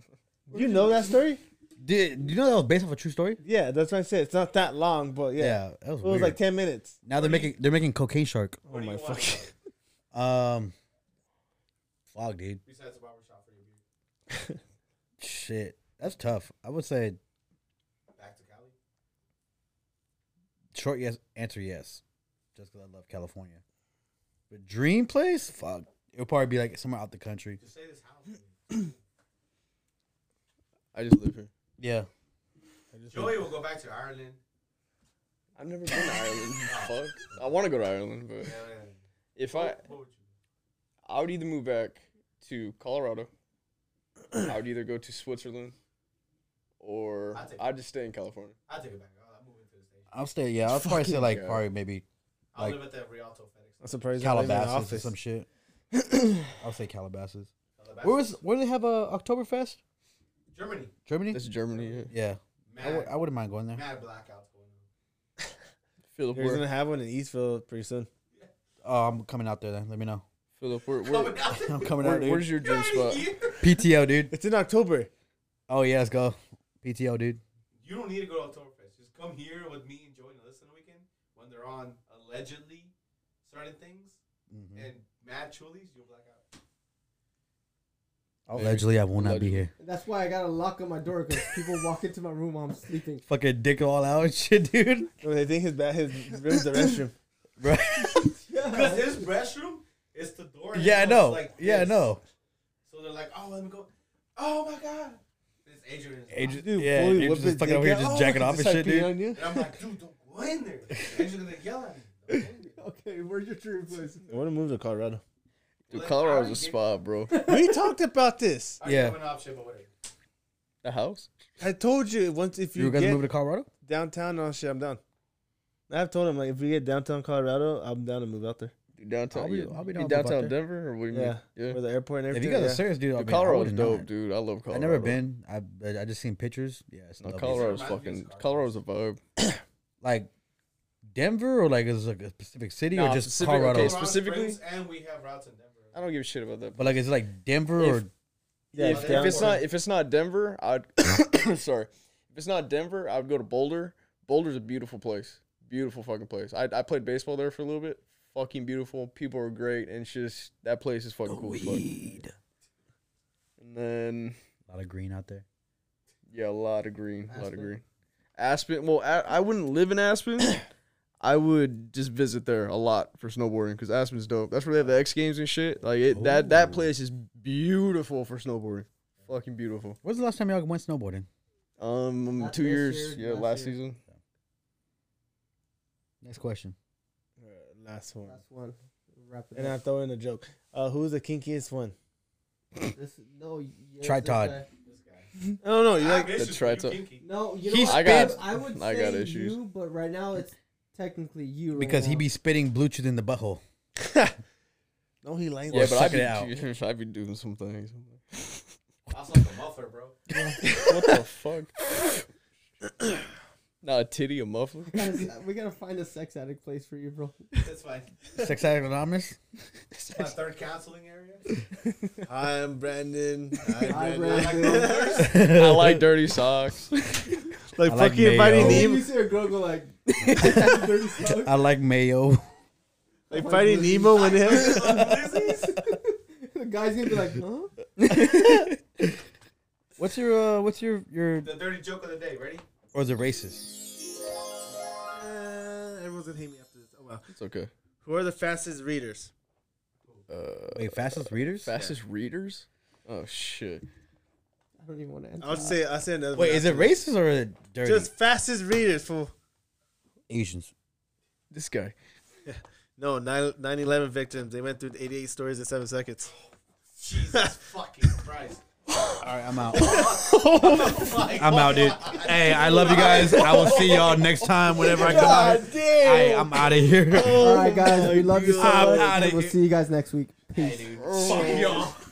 S5: you know that story?
S3: Did do you know that was based off a true story?
S5: Yeah, that's what I said. It's not that long, but yeah,
S3: that was
S5: it
S3: weird.
S5: was like ten minutes.
S3: now they're making they're making Cocaine Shark.
S4: What do you want?
S3: Um, fuck, dude,
S4: Besides the barber shop for your beard.
S3: shit, that's tough. I would say
S4: Back to Cali.
S3: short yes answer yes, just because I love California. But dream place, fuck, it would probably be like somewhere out the country.
S4: Just say this house.
S2: I just live here.
S3: Yeah,
S4: Joey will go back to Ireland.
S2: I've never been to Ireland. fuck. I want to go to Ireland, but
S4: Yeah,
S2: if I,
S4: What would you?
S2: I would either move back to Colorado. I would either go to Switzerland, or
S4: I'd take-
S2: I'd just stay in California.
S4: I'll take it back. I'll move into the station.
S3: I'll stay. Yeah, I'll probably say like
S2: yeah.
S3: probably maybe
S4: I'll
S3: Like-
S4: live at that Rialto FedEx.
S5: <laughs> I'm surprised you're not even in the
S3: Calabasas or
S5: office.
S3: some shit. <coughs> I'll say Calabasas.
S4: Alabama.
S3: Where was where do they have a Oktoberfest?
S4: Germany?
S3: Germany.
S2: That's Germany. Yeah.
S3: Yeah, I
S4: Mad,
S3: w- I wouldn't mind going there.
S4: mad blackouts going on.
S2: Philip,
S5: He's gonna
S2: where,
S5: have one in Eastville pretty soon.
S3: Oh, I'm coming out there then. Let me know.
S2: Philip, where, where,
S4: Coming
S3: <laughs>
S4: out
S3: I'm coming
S2: where,
S3: out, dude.
S2: where's your dream
S4: You're
S2: spot?
S4: outta <laughs> here.
S3: PTO, dude.
S5: It's in October.
S3: Oh yeah, let's go. PTO, dude.
S4: You don't need to go to Oktoberfest. Just come here with me and Joey and Alyssa on the weekend when they're on allegedly certain things
S3: Mm-hmm.
S4: and mad chulies, you'll black
S3: <laughs>
S4: out.
S3: Allegedly, I will not be
S2: Allegedly.
S3: here.
S1: That's why I got a lock on my door because people walk into my room while I'm sleeping.
S3: Fucking dick all out and shit, dude. <laughs>
S5: I mean, I think his ba- his room's the restroom.
S3: Bro.
S4: Because his restroom It's the door. and
S3: Yeah, I
S4: it
S3: know.
S4: goes like
S3: yeah, I
S4: this.
S3: know.
S4: So they're like, oh, let me go. Oh my god. It's Adrian.
S3: Adrian,
S1: Dude,
S3: yeah,
S1: fully
S3: Adrian's
S1: whipped
S3: just
S1: his
S3: fucking
S1: dick
S3: over here
S1: out.
S3: just
S1: Oh,
S3: jacking off
S1: just
S3: and shit,
S1: pee
S3: dude.
S1: on you?
S4: And I'm like, dude, don't go in
S3: <laughs>
S4: there. Adrian's gonna yell at me. Don't go in there.
S1: Okay, where's your true place?
S5: I want to move to Colorado.
S2: Dude,
S4: Like,
S2: Colorado's
S4: I
S2: a
S4: did-
S2: spot, bro.
S5: we talked about this.
S4: I don't
S3: Yeah.
S4: have an option, but whatever.
S2: The house?
S5: I told you once if
S3: You
S5: you,
S3: were
S5: get
S3: guys moving to Colorado?
S5: downtown, oh shit, I'm down. I've told him like if we get downtown Colorado, I'm down to move out there.
S2: Dude, downtown.
S3: I'll be-
S2: you-
S3: I'll be
S2: you
S3: down with
S2: downtown
S3: Buckner.
S2: Denver, or what do you
S5: Yeah,
S2: mean?
S5: Or the airport and
S3: If you guys
S5: everything.
S3: are
S5: yeah.
S3: serious, dude, I
S2: Yeah.
S3: mean,
S2: Dude,
S3: I
S2: Colorado's
S3: would not.
S2: dope, dude. I love Colorado.
S3: I've never been. I I I just seen pictures. Yeah, it's
S2: No,
S3: lovely.
S2: Colorado's
S4: Reminds me of
S2: fucking.
S4: Chicago.
S2: Colorado's a vibe.
S3: Like Denver or like is it like a specific city
S2: Nah,
S3: or just
S2: specific-
S3: Colorado?
S2: okay,
S4: Colorado
S2: specifically-
S4: Springs, and we have routes in
S2: I
S4: Denver.
S2: don't give a shit about that.
S3: But like is it like Denver
S2: If-
S3: or
S5: Yeah,
S2: if, if it's
S5: downtown.
S2: not if it's not Denver, I'd <coughs> sorry. If it's not Denver, I'd go to Boulder. Boulder's a beautiful place. Beautiful fucking place. I, I played baseball there for a little bit. Fucking beautiful. People are great, and it's just that place is fucking cool. As fuck. And then
S3: a lot of green out there?
S2: yeah, a lot of green, a lot of
S4: Aspen.
S2: green. Aspen. Well, I, I wouldn't live in Aspen. I would just visit there a lot for snowboarding because Aspen's dope. That's where they have the X Games and shit. Like it, that that
S3: Ooh.
S2: place is beautiful for snowboarding. Fucking beautiful.
S3: When's the last time y'all went snowboarding?
S2: Um,
S1: Not
S2: two
S1: this
S2: years.
S1: year,
S2: yeah,
S1: last
S2: last
S1: year.
S2: season.
S3: Next question.
S5: Uh, Last one.
S1: That's one. Wrap it
S5: And I
S1: up.
S5: throw in a joke. Uh, who's the kinkiest one?
S1: This, no, you- yes,
S3: Try
S1: this
S3: Todd.
S1: guy.
S4: This guy.
S5: I don't know. You
S4: I
S5: like
S4: have issues
S2: try
S4: with you,
S2: to-
S4: Kinky.
S1: No, you know
S3: He
S1: what?
S2: I got-
S1: I would
S2: I
S1: say
S2: got issues.
S1: you, but right now it's technically you. Right
S3: Because he
S1: now.
S3: be spitting blue cheese in the butthole.
S5: no, he likes.
S3: Or
S2: Yeah, but I
S3: suck it out.
S2: <laughs> be I be doing some things.
S4: I sound like a muffler, bro.
S2: what the fuck? <coughs> Not a titty, a muffler.
S1: Guys, <laughs> we gotta find a sex addict place for you,
S3: <laughs>
S1: bro.
S4: That's fine.
S3: Sex addict anonymous.
S4: My third counseling area.
S5: Hi, <laughs> I'm Brandon.
S1: Hi,
S5: Hi,
S4: I
S5: Brandon.
S4: like mufflers.
S2: I like dirty socks.
S5: Like
S3: I like
S5: fucking inviting
S3: mayo.
S1: Maybe
S5: Nemo.
S1: you see a girl go
S3: <laughs>
S1: like, dirty socks.
S3: I like mayo.
S5: Like fighting Nemo when him.
S4: <laughs>
S1: the guy's gonna be like, huh?
S3: What's your uh, what's your your
S4: The dirty joke of the day. Ready?
S3: or is it racist?
S5: Uh, everyone's gonna hate me after this. Oh well.
S2: It's okay.
S5: Who are the fastest readers?
S2: Uh,
S3: Wait, fastest readers?
S2: fastest readers. Oh shit.
S1: I don't even want to answer.
S5: I'll say. I'll say another.
S3: Wait,
S5: one.
S3: is it racist or is it dirty?
S5: just fastest readers? Fool.
S3: Asians.
S2: This guy.
S5: No, 9 11 victims. They went through 88 stories in seven seconds.
S4: Jesus
S5: <laughs>
S4: fucking Christ.
S3: All right, I'm out.
S4: Like,
S3: <laughs> I'm out, dude. Hey, I love you guys. I will see y'all next time whenever I come out. Hey, I'm out of here. <laughs>
S1: All right, guys, we love you so
S3: Oh I'm
S1: much.
S3: outta
S1: and We'll
S3: here.
S1: see you guys next week. Peace.
S4: Hey, dude. Fuck y'all.